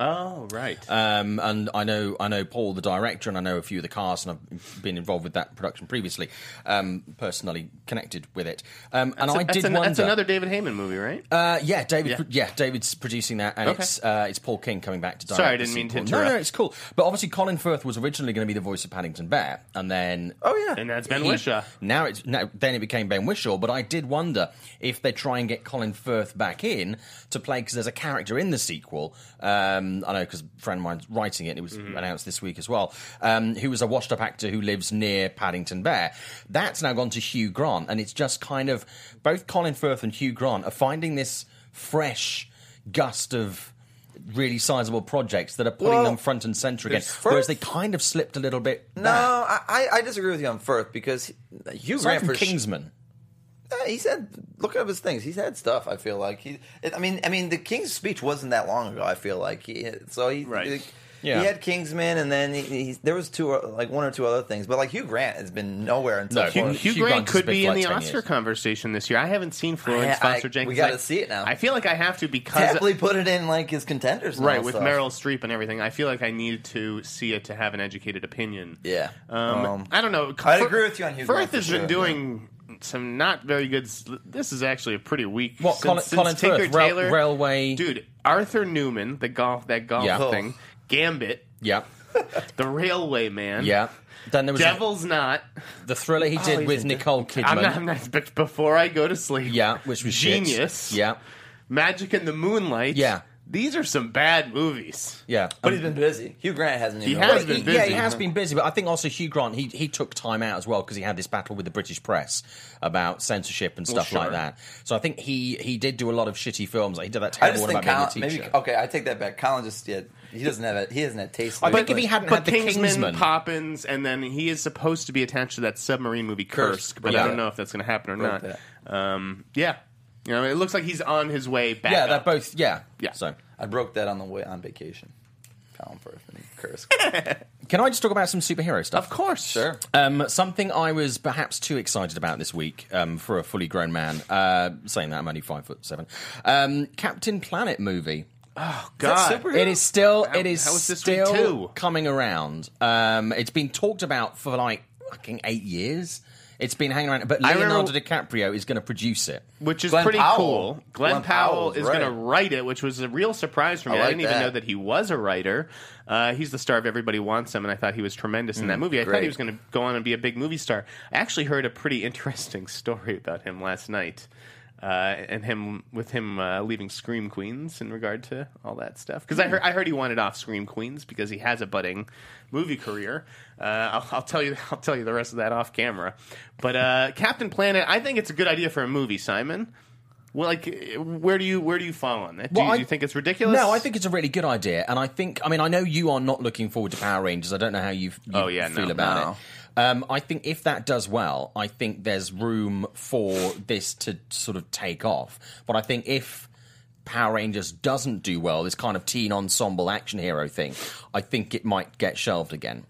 [SPEAKER 1] Oh, right.
[SPEAKER 3] Um, and I know, I know Paul, the director, and I know a few of the cast, and I've been involved with that production previously, um, personally connected with it. Um, and
[SPEAKER 1] So
[SPEAKER 3] I
[SPEAKER 1] that's,
[SPEAKER 3] did
[SPEAKER 1] an-
[SPEAKER 3] wonder.
[SPEAKER 1] that's another David Heyman movie, right?
[SPEAKER 3] Uh, yeah, David.
[SPEAKER 1] Yeah.
[SPEAKER 3] Yeah. David's producing that, and
[SPEAKER 1] Okay.
[SPEAKER 3] it's uh, it's Paul King coming back to direct.
[SPEAKER 1] Sorry, I
[SPEAKER 3] the
[SPEAKER 1] didn't mean to
[SPEAKER 3] sequel. No,
[SPEAKER 1] interrupt.
[SPEAKER 3] no, it's cool. But obviously, Colin Firth was originally going to be the voice of Paddington Bear, and then
[SPEAKER 4] oh yeah
[SPEAKER 1] and that's Ben
[SPEAKER 3] he-
[SPEAKER 1] Wishaw.
[SPEAKER 3] Now it's now, then it became Ben Wishaw, but I did wonder if they try and get Colin Firth back in to play because there's a character in the sequel. Um, I know because a friend of mine's writing it. and It was
[SPEAKER 4] Mm-hmm.
[SPEAKER 3] announced this week as well. Um, who was a washed-up actor who lives near Paddington Bear. That's now gone to Hugh Grant, and it's just kind of both Colin Firth and Hugh Grant are finding this fresh gust of. Really sizable projects that are putting
[SPEAKER 4] Well,
[SPEAKER 3] them front and centre again,
[SPEAKER 4] there's
[SPEAKER 3] whereas
[SPEAKER 4] Firth.
[SPEAKER 3] they kind of slipped a little bit.
[SPEAKER 4] no I I- I disagree with you on Firth because Hugh
[SPEAKER 3] aside
[SPEAKER 4] Grant
[SPEAKER 3] from
[SPEAKER 4] for sh-
[SPEAKER 3] Kingsman,
[SPEAKER 4] uh, he's had look up his things. He's had stuff. I feel like he. I mean, I mean, the King's speech wasn't that long ago. I feel like he. So he.
[SPEAKER 1] Right.
[SPEAKER 4] Like,
[SPEAKER 3] Yeah.
[SPEAKER 4] He had Kingsman, and then he, he, there was two, uh, like one or two other things, but like Hugh Grant has been nowhere
[SPEAKER 3] No,
[SPEAKER 4] until
[SPEAKER 1] Hugh,
[SPEAKER 3] Well,
[SPEAKER 4] Florence.
[SPEAKER 1] Hugh
[SPEAKER 3] Hugh
[SPEAKER 1] Grant
[SPEAKER 3] Grant's
[SPEAKER 1] could
[SPEAKER 3] been
[SPEAKER 1] be
[SPEAKER 3] for
[SPEAKER 1] in
[SPEAKER 3] like
[SPEAKER 1] the
[SPEAKER 3] 10
[SPEAKER 1] Oscar
[SPEAKER 3] years.
[SPEAKER 1] conversation this year. I haven't seen Florence
[SPEAKER 4] I- I-
[SPEAKER 1] Foster Jenkins.
[SPEAKER 4] we gotta
[SPEAKER 1] I-
[SPEAKER 4] see it now.
[SPEAKER 1] I feel like I have to because
[SPEAKER 4] Tapley put it in like his contenders, and
[SPEAKER 1] right
[SPEAKER 4] all
[SPEAKER 1] with
[SPEAKER 4] stuff.
[SPEAKER 1] Meryl Streep and everything. I feel like I need to see it to have an educated opinion.
[SPEAKER 4] Yeah,
[SPEAKER 1] Um, I don't know.
[SPEAKER 4] I'd agree with you on Hugh
[SPEAKER 1] Firth
[SPEAKER 4] Grant for
[SPEAKER 1] has
[SPEAKER 4] sure,
[SPEAKER 1] been doing some not very good. s- This is actually a pretty weak.
[SPEAKER 3] What,
[SPEAKER 1] since,
[SPEAKER 3] Colin-
[SPEAKER 1] since
[SPEAKER 3] Colin
[SPEAKER 1] Tinker
[SPEAKER 3] Firth, Rail-
[SPEAKER 1] Taylor
[SPEAKER 3] Railway-
[SPEAKER 1] dude Arthur Newman the golf that golf
[SPEAKER 3] Yeah.
[SPEAKER 1] thing Gambit
[SPEAKER 3] Yeah,
[SPEAKER 1] the Railway Man
[SPEAKER 3] yeah. Then there was
[SPEAKER 1] Devil's Not
[SPEAKER 3] the thriller he did
[SPEAKER 1] he's
[SPEAKER 3] with
[SPEAKER 1] in
[SPEAKER 3] Nicole Kidman.
[SPEAKER 1] I'm not, I'm not but before I go to sleep
[SPEAKER 3] yeah, which was shit.
[SPEAKER 1] genius
[SPEAKER 3] Yeah,
[SPEAKER 1] Magic in the Moonlight
[SPEAKER 3] Yeah.
[SPEAKER 1] these are some bad movies
[SPEAKER 3] yeah.
[SPEAKER 4] but he's been busy. Hugh Grant hasn't.
[SPEAKER 1] He
[SPEAKER 4] even
[SPEAKER 1] has
[SPEAKER 4] really-
[SPEAKER 1] been
[SPEAKER 3] Yeah,
[SPEAKER 1] busy.
[SPEAKER 3] he has been busy, but I think also Hugh Grant he he took time out as well because he had this battle with the British press about censorship and stuff
[SPEAKER 1] sure.
[SPEAKER 3] like that. So I think he he did do a lot of shitty films. He did that
[SPEAKER 4] I
[SPEAKER 3] terrible
[SPEAKER 4] just
[SPEAKER 3] one
[SPEAKER 4] think
[SPEAKER 3] about
[SPEAKER 4] Colin.
[SPEAKER 3] being a teacher.
[SPEAKER 4] Maybe okay. I take that back. Colin just yeah, he doesn't have it. He doesn't have taste.
[SPEAKER 3] I
[SPEAKER 4] in it,
[SPEAKER 3] think if
[SPEAKER 4] but-
[SPEAKER 3] he hadn't
[SPEAKER 1] but
[SPEAKER 3] had the
[SPEAKER 1] Kingsman,
[SPEAKER 3] Kingsman,
[SPEAKER 1] Poppins, and then he is supposed to be attached to that submarine movie Kursk,
[SPEAKER 4] Kursk,
[SPEAKER 1] but I
[SPEAKER 3] yeah.
[SPEAKER 1] don't know if that's going to happen or
[SPEAKER 4] Wrote
[SPEAKER 1] not. Um, yeah, you know, it looks like he's on his way back.
[SPEAKER 3] yeah, they're
[SPEAKER 1] up.
[SPEAKER 3] both yeah
[SPEAKER 1] Yeah.
[SPEAKER 3] So
[SPEAKER 4] I broke that on the way on vacation. Colin Firth and Kursk.
[SPEAKER 3] can I just talk about some superhero stuff?
[SPEAKER 1] Of course,
[SPEAKER 4] sure.
[SPEAKER 3] Um, something I was perhaps too excited about this week um, for a fully grown man. Uh, saying that I'm only five foot seven. Um, Captain Planet movie.
[SPEAKER 1] God,
[SPEAKER 4] super-
[SPEAKER 3] It is still.
[SPEAKER 1] How-
[SPEAKER 3] it is
[SPEAKER 1] how is this week
[SPEAKER 3] still
[SPEAKER 1] too?
[SPEAKER 3] coming around. Um, it's been talked about for like fucking eight years. It's been hanging around, but
[SPEAKER 1] I
[SPEAKER 3] Leonardo
[SPEAKER 1] remember-
[SPEAKER 3] DiCaprio is going to produce it.
[SPEAKER 1] which is
[SPEAKER 4] Glenn
[SPEAKER 1] pretty
[SPEAKER 4] Powell.
[SPEAKER 1] cool. Glenn,
[SPEAKER 4] Glenn
[SPEAKER 1] Powell
[SPEAKER 4] Powell's
[SPEAKER 1] is
[SPEAKER 4] right.
[SPEAKER 1] going to write it, which was a real surprise for me.
[SPEAKER 4] I
[SPEAKER 1] I,
[SPEAKER 4] like
[SPEAKER 1] didn't even
[SPEAKER 4] that.
[SPEAKER 1] know that he was a writer. Uh, he's the star of Everybody Wants Him, and I thought he was tremendous in that
[SPEAKER 3] Mm,
[SPEAKER 1] movie. I thought
[SPEAKER 4] great.
[SPEAKER 1] he was going to go on and be a big movie star. I actually heard a pretty interesting story about him last night. Uh, and him with him uh, leaving Scream Queens in regard to all that stuff because I heard I heard he wanted off Scream Queens because he has a budding movie career. Uh, I'll, I'll tell you I'll tell you the rest of that off camera. But uh, Captain Planet, I think it's a good idea for a movie, Simon. Well, like, uh, where do you where do you fall on that? Do,
[SPEAKER 3] Well,
[SPEAKER 1] you,
[SPEAKER 3] I-
[SPEAKER 1] do you think it's ridiculous?
[SPEAKER 3] No, I think it's a really good idea, and I think I mean I know you are not looking forward to Power Rangers. I don't know how you, you
[SPEAKER 1] Oh, yeah, no,
[SPEAKER 3] feel about
[SPEAKER 4] no.
[SPEAKER 3] it. Um, I think if that does well, I think there's room for this to sort of take off. But I think if Power Rangers doesn't do well, this kind of teen ensemble action hero thing, I think it might get shelved again.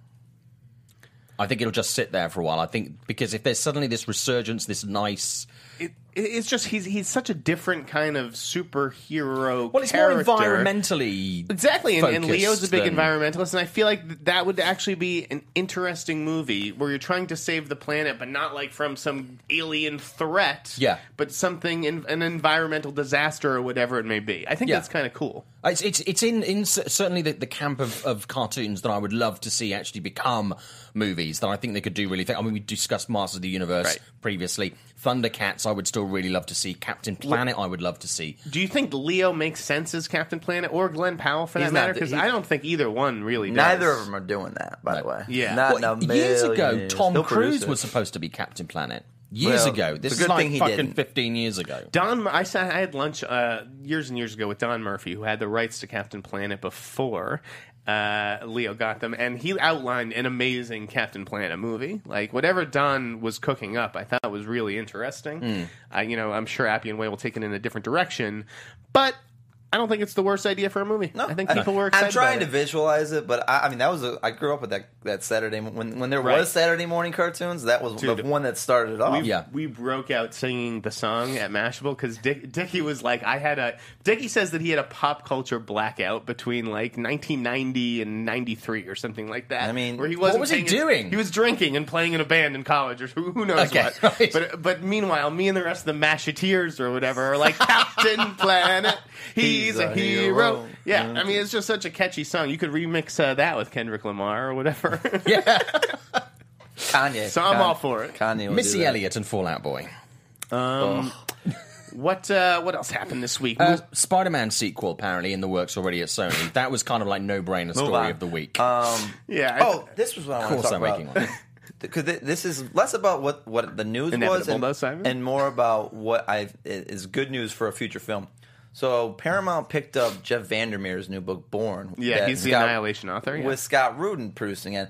[SPEAKER 3] I think it'll just sit there for a while. I think because if there's suddenly this resurgence, this nice
[SPEAKER 1] it, it's just he's he's such a different kind of superhero.
[SPEAKER 3] well, it's
[SPEAKER 1] character.
[SPEAKER 3] more environmentally
[SPEAKER 1] Exactly, and, and
[SPEAKER 3] focused
[SPEAKER 1] Leo's a big
[SPEAKER 3] than-
[SPEAKER 1] environmentalist, and I feel like th- that would actually be an interesting movie where you're trying to save the planet, but not like from some alien threat,
[SPEAKER 3] Yeah.
[SPEAKER 1] but something in an environmental disaster or whatever it may be. I think
[SPEAKER 3] Yeah.
[SPEAKER 1] that's kind of cool.
[SPEAKER 3] It's it's it's in in cer- certainly the, the camp of, of cartoons that I would love to see actually become movies that I think they could do really. Th- I mean, we discussed Masters of the Universe
[SPEAKER 1] Right.
[SPEAKER 3] previously. Thundercats, I would still really love to see. Captain Planet, I would love to see.
[SPEAKER 1] Do you think Leo makes sense as Captain Planet or Glenn Powell for
[SPEAKER 4] He's
[SPEAKER 1] that matter?
[SPEAKER 4] not-
[SPEAKER 1] Because
[SPEAKER 4] he-
[SPEAKER 1] I don't think either one really. Does.
[SPEAKER 4] Neither of them are doing that, by the way.
[SPEAKER 1] Yeah.
[SPEAKER 4] Not
[SPEAKER 3] Well,
[SPEAKER 4] in a
[SPEAKER 3] years
[SPEAKER 4] million
[SPEAKER 3] ago,
[SPEAKER 4] years.
[SPEAKER 3] Tom
[SPEAKER 4] He'll produce
[SPEAKER 3] Cruise
[SPEAKER 4] it.
[SPEAKER 3] was supposed to be Captain Planet. Years
[SPEAKER 4] Well,
[SPEAKER 3] ago,
[SPEAKER 4] it's a
[SPEAKER 3] this is
[SPEAKER 4] good
[SPEAKER 3] like
[SPEAKER 4] thing he
[SPEAKER 3] fucking
[SPEAKER 4] didn't.
[SPEAKER 3] fifteen years ago.
[SPEAKER 1] Don, I sat, I had lunch uh, years and years ago with Don Murphy, who had the rights to Captain Planet before uh, Leo got them, and he outlined an amazing Captain Planet movie. Like whatever Don was cooking up, I thought was really interesting.
[SPEAKER 4] Hmm.
[SPEAKER 1] I, you know, I'm sure Appian Way will take it in a different direction, but I don't think it's the worst idea for a movie. I think people were excited.
[SPEAKER 4] I'm trying
[SPEAKER 1] about
[SPEAKER 4] to
[SPEAKER 1] it.
[SPEAKER 4] visualize it, but I, I mean, that was a, I grew up with that that Saturday mo- when when there
[SPEAKER 1] Right.
[SPEAKER 4] was Saturday morning cartoons. That was the
[SPEAKER 1] Dude.
[SPEAKER 4] one that started it off.
[SPEAKER 1] We-
[SPEAKER 3] Uh, Yeah.
[SPEAKER 1] we broke out singing the song at Mashable because Dick, Dickie was like, I had a. Dickie says that he had a pop culture blackout between like 1990 and 93 or something like that.
[SPEAKER 4] I mean,
[SPEAKER 1] where he
[SPEAKER 4] what
[SPEAKER 1] wasn't
[SPEAKER 3] was he
[SPEAKER 1] paying-
[SPEAKER 3] doing?
[SPEAKER 1] He was drinking and playing in a band in college or who, who knows
[SPEAKER 3] Okay,
[SPEAKER 1] what.
[SPEAKER 3] right.
[SPEAKER 1] But but meanwhile, me and the rest of the Masheteers or whatever are like Captain Planet. He's,
[SPEAKER 4] He's
[SPEAKER 1] a, hero.
[SPEAKER 4] a hero.
[SPEAKER 1] Yeah, I
[SPEAKER 3] Mm-hmm.
[SPEAKER 1] mean, it's just such a catchy song. You could remix uh, that with Kendrick Lamar or whatever.
[SPEAKER 3] Yeah,
[SPEAKER 4] Kanye,
[SPEAKER 1] So I'm
[SPEAKER 4] Kanye-
[SPEAKER 1] all for it.
[SPEAKER 4] Kanye, will do
[SPEAKER 3] Missy
[SPEAKER 4] that.
[SPEAKER 3] Elliott and Fallout Boy.
[SPEAKER 1] Um, What uh, what else happened this week?
[SPEAKER 3] Uh, Spider-Man sequel apparently in the works already at Sony. That was kind of like no-brainer story
[SPEAKER 4] on.
[SPEAKER 3] of the week.
[SPEAKER 1] yeah. I-
[SPEAKER 4] Um, Oh, this was what
[SPEAKER 3] of
[SPEAKER 4] I want to
[SPEAKER 3] course,
[SPEAKER 4] talk
[SPEAKER 3] I'm
[SPEAKER 4] about.
[SPEAKER 3] making one.
[SPEAKER 4] because this is less about what, what the news was
[SPEAKER 1] Inevitable,
[SPEAKER 4] and,
[SPEAKER 1] though, Simon.
[SPEAKER 4] and more about what I is good news for a future film. So Paramount picked up Jeff Vandermeer's new book, Born.
[SPEAKER 1] Yeah,
[SPEAKER 4] that
[SPEAKER 1] he's the Annihilation author, yeah.
[SPEAKER 4] with Scott Rudin producing it.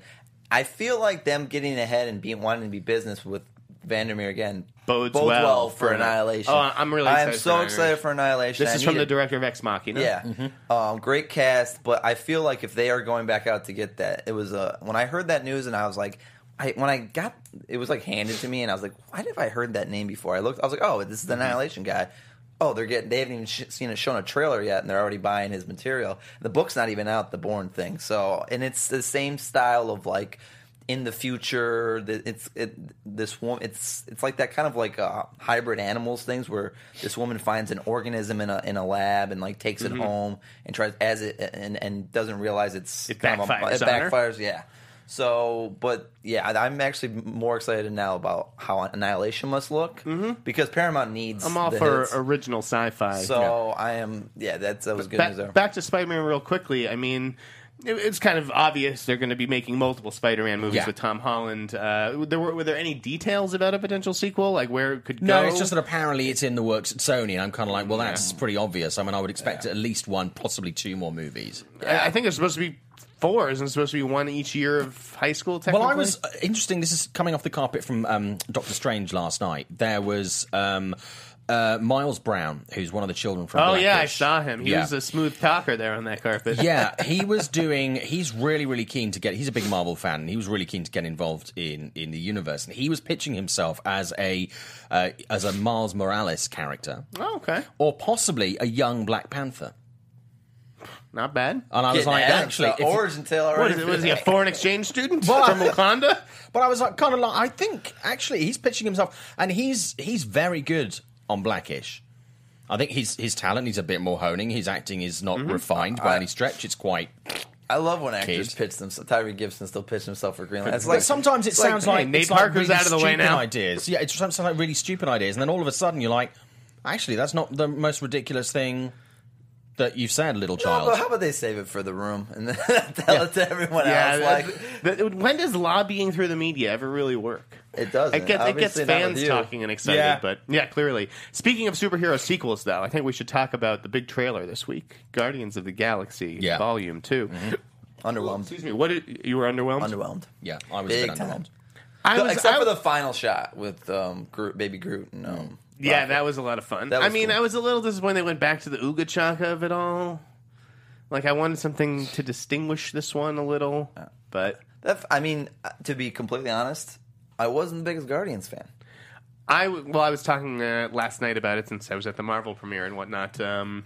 [SPEAKER 4] I feel like them getting ahead and being wanting to be business with Vandermeer again
[SPEAKER 1] Bodes well
[SPEAKER 4] for
[SPEAKER 1] for
[SPEAKER 4] Annihilation.
[SPEAKER 1] Oh, I'm really
[SPEAKER 4] I am
[SPEAKER 1] excited for
[SPEAKER 4] so excited for Annihilation.
[SPEAKER 1] This
[SPEAKER 4] I
[SPEAKER 1] is from
[SPEAKER 4] need
[SPEAKER 1] the
[SPEAKER 4] it.
[SPEAKER 1] director of Ex Machina.
[SPEAKER 4] Yeah, um, great cast, but I feel like if they are going back out to get that, it was uh, when I heard that news and I was like, I when I got it was like handed to me and I was like, why have I heard that name before? I looked, I was like, oh, this is the Annihilation guy. Oh, they're getting they haven't even sh- seen a shown a trailer yet, and they're already buying his material. The book's not even out, the Bourne thing. So, and it's the same style of like in the future the, it's it, this woman it's it's like that kind of like uh, hybrid animals things where this woman finds an organism in a in a lab and like takes
[SPEAKER 1] Mm-hmm.
[SPEAKER 4] it home and tries as it and and doesn't realize it's
[SPEAKER 1] It
[SPEAKER 4] kind of a-
[SPEAKER 1] backfires
[SPEAKER 4] it
[SPEAKER 1] on her.
[SPEAKER 4] backfires yeah so but yeah I, I'm actually more excited now about how Annihilation must look because Paramount needs
[SPEAKER 1] Mm-hmm. I'm all
[SPEAKER 4] the
[SPEAKER 1] for
[SPEAKER 4] hits.
[SPEAKER 1] original sci-fi.
[SPEAKER 4] so I am yeah that's that was good news
[SPEAKER 1] back,
[SPEAKER 4] there
[SPEAKER 1] back to Spider-Man real quickly. I mean, it, it's kind of obvious they're going to be making multiple Spider-Man movies
[SPEAKER 3] Yeah.
[SPEAKER 1] with Tom Holland. Uh, there were, were there any details about a potential sequel, like where it could
[SPEAKER 3] No,
[SPEAKER 1] go?
[SPEAKER 3] it's just that apparently it's in the works at Sony, and I'm kind of like, well, that's pretty obvious. I mean, I would expect at least one, possibly two more movies.
[SPEAKER 1] I, I think it's supposed to be four. Isn't it supposed to be one each year of high school? Technically,
[SPEAKER 3] Well, I was uh, interesting. This is coming off the carpet from um, Doctor Strange last night. There was um, uh, Miles Brown, who's one of the children from.
[SPEAKER 1] Oh yeah, I
[SPEAKER 3] Black-ish.
[SPEAKER 1] saw him. He
[SPEAKER 3] Yeah.
[SPEAKER 1] was a smooth talker there on that carpet.
[SPEAKER 3] yeah, he was doing. He's really, really keen to get. He's a big Marvel fan. And he was really keen to get involved in in the universe, and he was pitching himself as a uh, as a Miles Morales character,
[SPEAKER 1] Oh, okay,
[SPEAKER 3] or possibly a young Black Panther.
[SPEAKER 1] not bad.
[SPEAKER 3] And I was
[SPEAKER 4] Getting
[SPEAKER 3] like,
[SPEAKER 4] Adam's
[SPEAKER 3] actually, if you-
[SPEAKER 4] origin tale already
[SPEAKER 1] What is, it- was he a foreign exchange student
[SPEAKER 3] Well,
[SPEAKER 1] from Wakanda?
[SPEAKER 3] But I was like, kind of like, I think actually he's pitching himself, and he's he's very good on Blackish. I think his his talent needs a bit more honing. His acting is not refined by any stretch. Mm-hmm. It's quite.
[SPEAKER 4] I love when actors
[SPEAKER 3] Kid.
[SPEAKER 4] pitch themselves. Tyree Gibson still pitched himself for Green Lantern. It's
[SPEAKER 3] Like,
[SPEAKER 4] like
[SPEAKER 3] sometimes it
[SPEAKER 4] it's like,
[SPEAKER 3] sounds
[SPEAKER 4] hey,
[SPEAKER 3] like,
[SPEAKER 1] Nate
[SPEAKER 3] it's like
[SPEAKER 1] Parker's
[SPEAKER 3] really
[SPEAKER 1] out of the way
[SPEAKER 3] stupid
[SPEAKER 1] now.
[SPEAKER 3] Ideas, yeah, it's sometimes like really stupid ideas, and then all of a sudden you're like, actually, that's not the most ridiculous thing that you've said, little
[SPEAKER 4] No,
[SPEAKER 3] child.
[SPEAKER 4] but how about they save it for the room and then tell it to everyone
[SPEAKER 1] Yeah,
[SPEAKER 4] else?
[SPEAKER 1] that-
[SPEAKER 4] Like
[SPEAKER 1] that- when does lobbying through the media ever really work?
[SPEAKER 4] it doesn't.
[SPEAKER 1] It gets, it gets
[SPEAKER 4] Uh, Obviously not with
[SPEAKER 1] fans
[SPEAKER 4] you.
[SPEAKER 1] talking and excited,
[SPEAKER 3] Yeah.
[SPEAKER 1] but yeah, clearly. Speaking of superhero sequels, though, I think we should talk about the big trailer this week, Guardians of the Galaxy
[SPEAKER 3] Yeah.
[SPEAKER 1] Volume 2
[SPEAKER 4] Underwhelmed.
[SPEAKER 1] Excuse me, what did, you were underwhelmed?
[SPEAKER 4] Mm-hmm. Underwhelmed.
[SPEAKER 3] yeah, I was a
[SPEAKER 4] Big
[SPEAKER 3] bit
[SPEAKER 4] time.
[SPEAKER 3] underwhelmed.
[SPEAKER 1] I
[SPEAKER 4] So-
[SPEAKER 1] was,
[SPEAKER 4] Except
[SPEAKER 1] I-
[SPEAKER 4] for the final shot with um, Groot, baby Groot. And, um,
[SPEAKER 1] yeah,
[SPEAKER 4] Rocket.
[SPEAKER 1] that was a lot of fun.
[SPEAKER 4] That
[SPEAKER 1] I
[SPEAKER 4] was
[SPEAKER 1] mean,
[SPEAKER 4] cool.
[SPEAKER 1] I was a little disappointed they went back to the Ooga Chaka of it all. Like, I wanted something to distinguish this one a little,
[SPEAKER 4] Uh,
[SPEAKER 1] but
[SPEAKER 4] That f- I mean, uh, to be completely honest, I wasn't the biggest Guardians fan.
[SPEAKER 1] I w- well, I was talking uh, last night about it since I was at the Marvel premiere and whatnot. Um,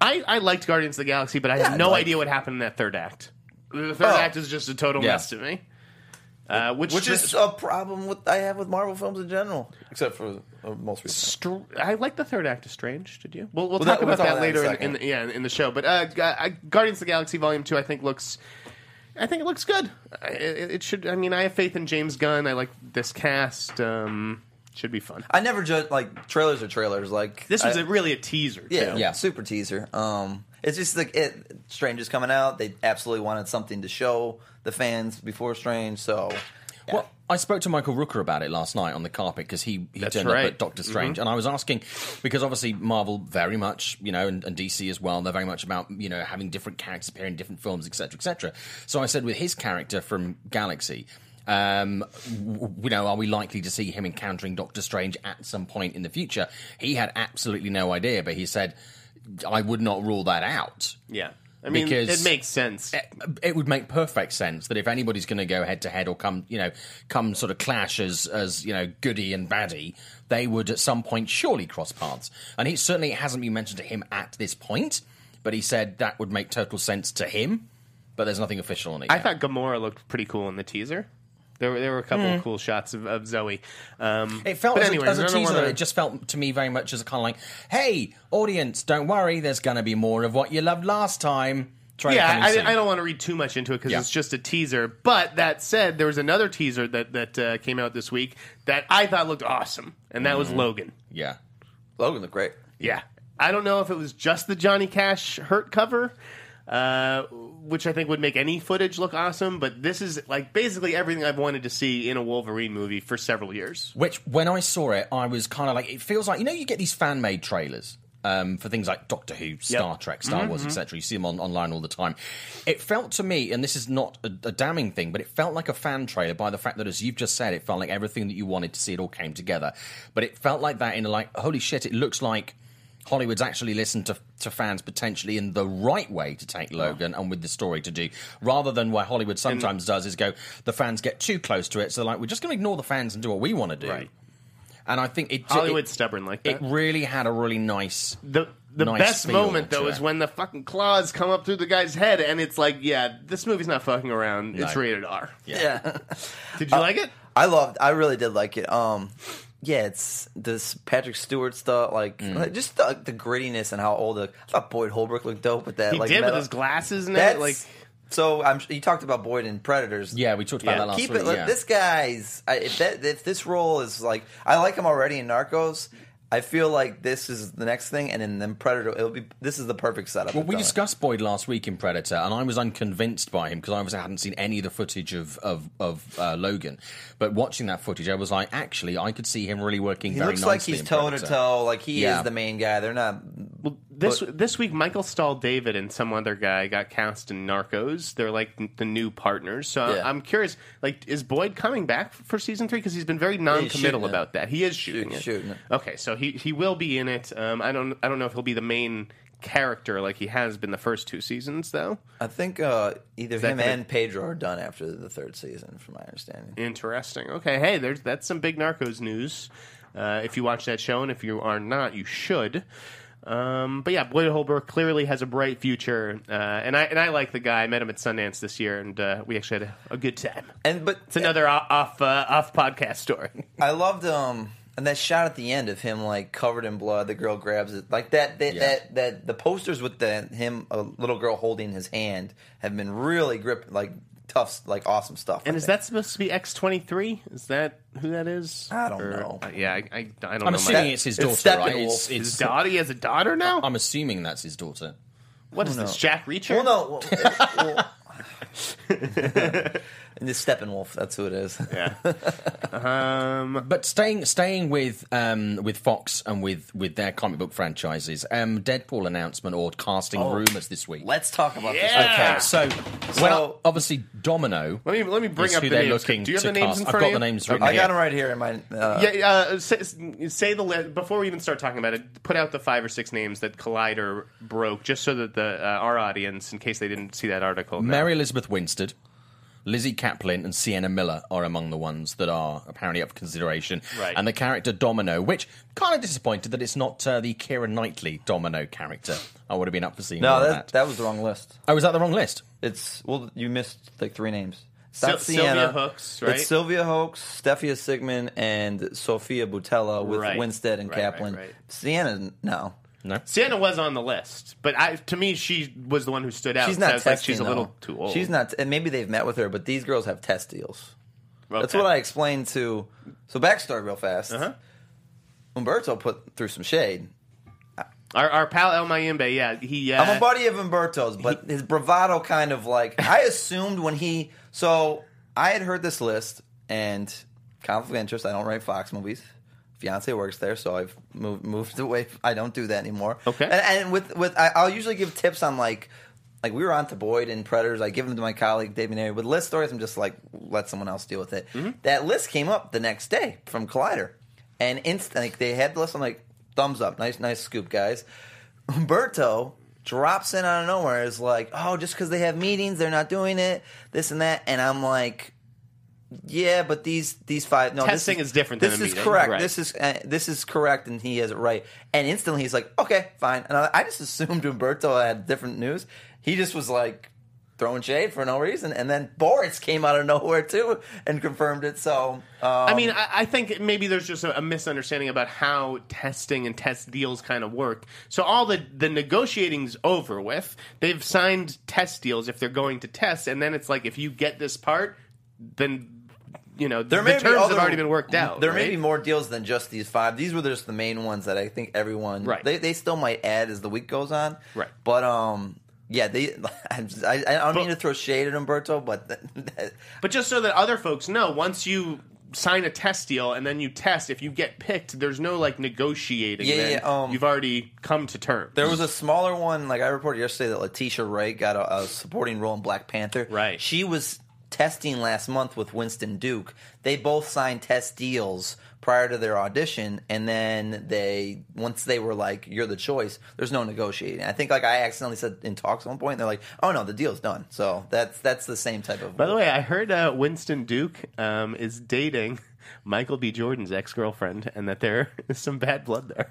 [SPEAKER 1] I I liked Guardians of the Galaxy, but I
[SPEAKER 4] Yeah,
[SPEAKER 1] had no
[SPEAKER 4] like-
[SPEAKER 1] idea what happened in that third act. The third
[SPEAKER 4] Oh.
[SPEAKER 1] act is just a total
[SPEAKER 3] Yeah.
[SPEAKER 1] mess to me. Uh, which
[SPEAKER 4] Which is a problem with I have with Marvel films in general, except for uh, most recent.
[SPEAKER 1] Str- I like the third act of Strange. Did you? We'll, we'll,
[SPEAKER 4] We'll
[SPEAKER 1] talk
[SPEAKER 4] talk- we'll
[SPEAKER 1] about
[SPEAKER 4] talk
[SPEAKER 1] that
[SPEAKER 4] about that in a
[SPEAKER 1] later in, in,
[SPEAKER 4] second.
[SPEAKER 1] yeah in the show. But uh, Gu- I, Guardians of the Galaxy Volume Two, I think looks, I think it looks good. I- It, it should. I mean, I have faith in James Gunn. I like this cast. Um, should be fun.
[SPEAKER 4] I never judge like trailers are trailers. Like
[SPEAKER 1] This was
[SPEAKER 4] I-
[SPEAKER 1] a, really a teaser.
[SPEAKER 4] Yeah,
[SPEAKER 1] too.
[SPEAKER 3] Yeah.
[SPEAKER 4] super teaser. Um, it's just like it. Strange is coming out. They absolutely wanted something to show the fans before Strange. So, yeah.
[SPEAKER 3] Well, I spoke to Michael Rooker about it last night on the carpet because he, he
[SPEAKER 1] That's
[SPEAKER 3] turned
[SPEAKER 1] right. Mm-hmm.
[SPEAKER 3] up at Doctor Strange, and I was asking because obviously Marvel very much, you know, and, and DC as well, they're very much about you know having different characters appear in different films, etc., etc. So I said with his character from Galaxy. Um, w- you know, are we likely to see him encountering Doctor Strange at some point in the future? He had absolutely no idea, but he said, "I would not rule that out."
[SPEAKER 1] yeah. I mean,
[SPEAKER 3] Because-
[SPEAKER 1] it makes sense.
[SPEAKER 3] it would make perfect sense that if anybody's going to go head to head or come, you know, come sort of clash as as you know, goody and baddie, they would at some point surely cross paths. And he certainly it hasn't been mentioned to him at this point, but he said that would make total sense to him. But there's nothing official on it.
[SPEAKER 1] I
[SPEAKER 3] yet.
[SPEAKER 1] thought Gamora looked pretty cool in the teaser. There were there were a couple of cool shots of, of Zoe. Um,
[SPEAKER 3] Mm. it felt
[SPEAKER 1] but
[SPEAKER 3] as, a-
[SPEAKER 1] anyway,
[SPEAKER 3] as a
[SPEAKER 1] another
[SPEAKER 3] teaser.
[SPEAKER 1] one
[SPEAKER 3] though,
[SPEAKER 1] of-
[SPEAKER 3] It just felt to me very much as a kind of like, "Hey, audience, don't worry. There's going to be more of what you loved last time." Try to
[SPEAKER 1] yeah.
[SPEAKER 3] come and see.
[SPEAKER 1] I, I don't want to read too much into it because
[SPEAKER 3] Yeah.
[SPEAKER 1] it's just a teaser. But that said, there was another teaser that that uh, came out this week that I thought looked awesome, and that was Logan.
[SPEAKER 3] Yeah.
[SPEAKER 4] Logan looked great.
[SPEAKER 1] Yeah, I don't know if it was just the Johnny Cash hurt cover. Uh, which I think would make any footage look awesome, but this is like basically everything I've wanted to see in a Wolverine movie for several years.
[SPEAKER 3] Which, when I saw it, I was kind of like, it feels like you know, you get these fan made trailers. um, for things like Doctor Who, Star Trek, Star Wars,
[SPEAKER 4] Mm-hmm.
[SPEAKER 3] etc. You see them on, online all the time. It felt to me, and this is not a, a damning thing, but it felt like a fan trailer by the fact that, as you've just said, it felt like everything that you wanted to see it all came together. But it felt like that in a like, holy shit, it looks like. Hollywood's actually listened to, to fans potentially in the right way to take Logan and with the story to do, rather than what Hollywood sometimes does is go, the fans get too close to it, so they're like, we're just going to ignore the fans and do what we want to do.
[SPEAKER 1] Right.
[SPEAKER 3] And I think it
[SPEAKER 1] Hollywood's
[SPEAKER 3] it,
[SPEAKER 1] stubborn like
[SPEAKER 3] It
[SPEAKER 1] that.
[SPEAKER 3] really had a really nice.
[SPEAKER 1] the the
[SPEAKER 3] nice
[SPEAKER 1] best
[SPEAKER 3] feel
[SPEAKER 1] moment
[SPEAKER 3] to
[SPEAKER 1] though
[SPEAKER 3] it.
[SPEAKER 1] is when the fucking claws come up through the guy's head, and it's like, yeah, this movie's not fucking around. It's
[SPEAKER 3] No.
[SPEAKER 1] rated R.
[SPEAKER 4] Yeah. Uh,
[SPEAKER 1] Did you like it?
[SPEAKER 4] I loved. I really did like it. Um, yeah, it's this Patrick Stewart stuff, like, like, just the, the grittiness and how old. The, I thought Boyd Holbrook looked dope with that.
[SPEAKER 1] He
[SPEAKER 4] like
[SPEAKER 1] did
[SPEAKER 4] metal-
[SPEAKER 1] with his glasses and
[SPEAKER 4] That's
[SPEAKER 1] that. Like,
[SPEAKER 4] so. I'm. You talked about Boyd in Predators.
[SPEAKER 3] Yeah, we talked about
[SPEAKER 1] Yeah.
[SPEAKER 3] that last
[SPEAKER 4] keep
[SPEAKER 3] week.
[SPEAKER 4] it. Like,
[SPEAKER 3] yeah.
[SPEAKER 4] This guy's. I, if that if this role is like, I like him already in Narcos. I feel like this is the next thing, and then, then Predator. It'll be. This is the perfect setup.
[SPEAKER 3] Well, we
[SPEAKER 4] Done.
[SPEAKER 3] discussed Boyd last week in Predator, and I was unconvinced by him because I obviously hadn't seen any of the footage of of, of uh, Logan. But watching that footage, I was like, actually, I could see him really working.
[SPEAKER 4] He
[SPEAKER 3] very
[SPEAKER 4] looks like
[SPEAKER 3] nicely
[SPEAKER 4] he's
[SPEAKER 3] in
[SPEAKER 4] toe to
[SPEAKER 3] Predator.
[SPEAKER 4] toe. Like he
[SPEAKER 3] Yeah.
[SPEAKER 4] is the main guy. They're not.
[SPEAKER 1] this this week, Michael Stahl, David, and some other guy got cast in Narcos. They're like n- the new partners. So
[SPEAKER 4] Yeah.
[SPEAKER 1] I'm curious, like, is Boyd coming back for season three? Because he's been very
[SPEAKER 4] he's shooting
[SPEAKER 1] non-committal
[SPEAKER 4] it.
[SPEAKER 1] about that. He is shooting
[SPEAKER 4] Shoot-
[SPEAKER 1] it.
[SPEAKER 4] shooting it.
[SPEAKER 1] Okay, so he he will be in it. Um, I don't I don't know if he'll be the main character like he has been the first two seasons though.
[SPEAKER 4] I think uh, either
[SPEAKER 1] that
[SPEAKER 4] him
[SPEAKER 1] gonna-
[SPEAKER 4] and Pedro are done after the third season, from my understanding.
[SPEAKER 1] Interesting. Okay, hey, there's that's some big Narcos news. Uh, if you watch that show, and if you are not, you should. Um, but yeah, Boyd Holbrook clearly has a bright future, uh, and I and I like the guy. I met him at Sundance this year, and uh, we actually had a, a good time.
[SPEAKER 4] And but
[SPEAKER 1] It's another o- off uh, off podcast story.
[SPEAKER 4] I loved um and that shot at the end of him like covered in blood. The girl grabs it like that. That
[SPEAKER 3] Yeah.
[SPEAKER 4] that, that the posters with the him a little girl holding his hand have been really grip like tough like awesome stuff.
[SPEAKER 1] And
[SPEAKER 4] I
[SPEAKER 1] is
[SPEAKER 4] think.
[SPEAKER 1] that supposed to be X twenty three? Is that who that is?
[SPEAKER 4] I don't know.
[SPEAKER 1] uh, yeah, I, I, I don't know.
[SPEAKER 3] I'm assuming
[SPEAKER 1] my,
[SPEAKER 3] it's his
[SPEAKER 4] It's
[SPEAKER 3] daughter, right?
[SPEAKER 4] Steppenwolf.
[SPEAKER 3] It's,
[SPEAKER 1] his
[SPEAKER 3] it's,
[SPEAKER 1] daughter. He has a daughter now.
[SPEAKER 3] I'm assuming that's his daughter.
[SPEAKER 1] what is this, Jack Reacher?
[SPEAKER 4] well no well, well, and the Steppenwolf that's who it is.
[SPEAKER 1] Yeah.
[SPEAKER 3] But staying staying with um, with Fox and with, with their comic book franchises, um, Deadpool announcement or casting rumors this week.
[SPEAKER 4] Oh, Let's talk about
[SPEAKER 1] Yeah.
[SPEAKER 3] Okay, so, well, obviously Domino.
[SPEAKER 1] Let me let me bring
[SPEAKER 3] is
[SPEAKER 1] up
[SPEAKER 3] who
[SPEAKER 1] the
[SPEAKER 3] they're
[SPEAKER 1] names.
[SPEAKER 3] looking
[SPEAKER 1] Do you have
[SPEAKER 3] to
[SPEAKER 1] the names
[SPEAKER 3] cast.
[SPEAKER 1] in
[SPEAKER 3] I've
[SPEAKER 1] front
[SPEAKER 3] got
[SPEAKER 1] of
[SPEAKER 3] the
[SPEAKER 1] you?
[SPEAKER 3] names
[SPEAKER 4] this.
[SPEAKER 3] written.
[SPEAKER 4] I got
[SPEAKER 3] here.
[SPEAKER 4] him right here in my. Uh,
[SPEAKER 1] Yeah, uh, say, say the li- before we even start talking about it. Put out the five or six names that Collider broke, just so that the uh, our audience, in case they didn't see that article, know.
[SPEAKER 3] Mary Elizabeth Winstead, Lizzie Kaplan, and Sienna Miller are among the ones that are apparently up for consideration.
[SPEAKER 1] Right.
[SPEAKER 3] And the character Domino, which kind of disappointed that it's not uh, the Kira Knightley Domino character. I would have been up for seeing
[SPEAKER 4] No,
[SPEAKER 3] more of
[SPEAKER 4] that that was the wrong list.
[SPEAKER 3] Oh, was that the wrong list?
[SPEAKER 4] It's well, you missed like three names. It's
[SPEAKER 1] Sil-
[SPEAKER 4] not
[SPEAKER 1] Sylvia
[SPEAKER 4] Sienna.
[SPEAKER 1] Hooks, right?
[SPEAKER 4] It's Sylvia Hooks, Stefia Sigmund, and Sophia Butella with
[SPEAKER 1] Right.
[SPEAKER 4] Winstead and
[SPEAKER 1] Right, right,
[SPEAKER 4] Kaplan.
[SPEAKER 1] right.
[SPEAKER 4] Sienna, no.
[SPEAKER 3] No.
[SPEAKER 1] Sienna was on the list, but I, to me, she was the one who stood out.
[SPEAKER 4] She's
[SPEAKER 1] so I
[SPEAKER 4] not
[SPEAKER 1] was
[SPEAKER 4] testing.
[SPEAKER 1] like, she's a
[SPEAKER 4] though.
[SPEAKER 1] little too old.
[SPEAKER 4] She's not, and maybe they've met with her, but these girls have test deals.
[SPEAKER 1] Okay. Uh-huh.
[SPEAKER 4] That's what I explained to. So backstory, real fast. Umberto put through some shade.
[SPEAKER 1] Our, our pal El Mayimbe, yeah, he. Uh,
[SPEAKER 4] I'm a buddy of Umberto's, but his bravado kind of like I assumed when he so I had heard this list and conflict of interest. I don't write Fox movies. Fiance works there, so I've moved moved away. I don't do that anymore.
[SPEAKER 1] Okay.
[SPEAKER 4] and, and with with I, I'll usually give tips on like. Like we were on to Boyd and Predators, I give them to my colleague Dave Maneri. With list stories, I'm just like let someone else deal with it. That list came up the next day from Collider, and inst- like they had the list. I'm like thumbs up, nice nice scoop, guys. Umberto drops in out of nowhere is like, oh, just because they have meetings, they're not doing it, this and that. And I'm like, yeah, but these these five no this
[SPEAKER 1] Testing is different than
[SPEAKER 4] This
[SPEAKER 1] a
[SPEAKER 4] is
[SPEAKER 1] meeting,
[SPEAKER 4] correct.
[SPEAKER 1] right.
[SPEAKER 4] This is uh, this is correct, and he has it right. And instantly he's like, okay, fine. And I, I just assumed Umberto had different news. He just was like throwing shade for no reason, and then Boris came out of nowhere too and confirmed it. So uh,
[SPEAKER 1] I mean, I, I think maybe there's just a, a misunderstanding about how testing and test deals kind of work. So all the the negotiating's over with. They've signed test deals if they're going to test, and then it's like if you get this part, then you know
[SPEAKER 4] there
[SPEAKER 1] the
[SPEAKER 4] may
[SPEAKER 1] terms
[SPEAKER 4] be other,
[SPEAKER 1] have already been worked out.
[SPEAKER 4] There
[SPEAKER 1] right?
[SPEAKER 4] may be more deals than just these five. These were just the main ones that I think everyone.
[SPEAKER 1] Right.
[SPEAKER 4] They, they still might add as the week goes on.
[SPEAKER 1] Right.
[SPEAKER 4] But um, yeah. They. I, I, I don't
[SPEAKER 1] But-
[SPEAKER 4] mean to throw shade at Umberto, but
[SPEAKER 1] But just so that other folks know, once you sign a test deal and then you test. If you get picked, there's no like negotiating.
[SPEAKER 4] Yeah,
[SPEAKER 1] then.
[SPEAKER 4] yeah, um,
[SPEAKER 1] You've already come to terms.
[SPEAKER 4] There was a smaller one, like I reported yesterday, that Letitia Wright got a, a supporting role in Black Panther.
[SPEAKER 1] Right.
[SPEAKER 4] She was testing last month with Winston Duke. They both signed test deals prior to their audition, and then they once they were like, "You're the choice." There's no negotiating. I think like I accidentally said in talks at one point, they're like, "Oh no, the deal's done." So that's that's the same type of.
[SPEAKER 1] By the way, I heard uh, Winston Duke um, is dating Michael B. Jordan's ex girlfriend, and that there is some bad blood there.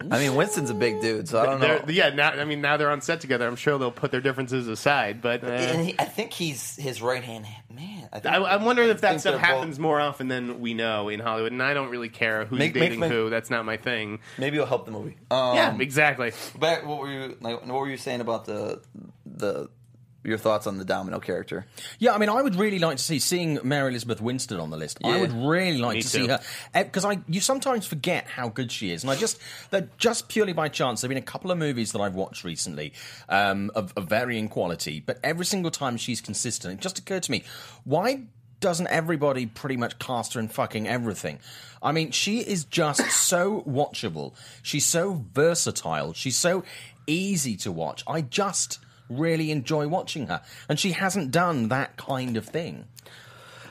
[SPEAKER 4] I mean, Winston's a big dude, so I don't know.
[SPEAKER 1] They're- Yeah, now, I mean, now they're on set together. I'm sure they'll put their differences aside, but.
[SPEAKER 4] and
[SPEAKER 1] Uh,
[SPEAKER 4] he, I think he's his right hand man. I think,
[SPEAKER 1] I, I'm wondering if
[SPEAKER 4] I
[SPEAKER 1] that
[SPEAKER 4] think
[SPEAKER 1] stuff
[SPEAKER 4] they're both-
[SPEAKER 1] happens more often than we know in Hollywood, and I don't really care who's
[SPEAKER 4] Make- make
[SPEAKER 1] dating
[SPEAKER 4] my-
[SPEAKER 1] who. That's not my thing.
[SPEAKER 4] Maybe it'll help the movie. Um,
[SPEAKER 1] yeah, exactly.
[SPEAKER 4] Back, what were you like? What were you saying about the the your thoughts on the Domino character?
[SPEAKER 3] Yeah, I mean, I would really like to see seeing Mary Elizabeth Winstead on the list. I
[SPEAKER 4] Yeah.
[SPEAKER 3] would really like
[SPEAKER 1] Me
[SPEAKER 3] to
[SPEAKER 1] too.
[SPEAKER 3] see her because I you sometimes forget how good she is, and I just that just purely by chance. There've been a couple of movies that I've watched recently um, of, of varying quality, but every single time she's consistent. It just occurred to me, why doesn't everybody pretty much cast her in fucking everything? I mean, she is just so watchable. She's so versatile. She's so easy to watch. I just really enjoy watching her. And she hasn't done that kind of thing.
[SPEAKER 4] Oh,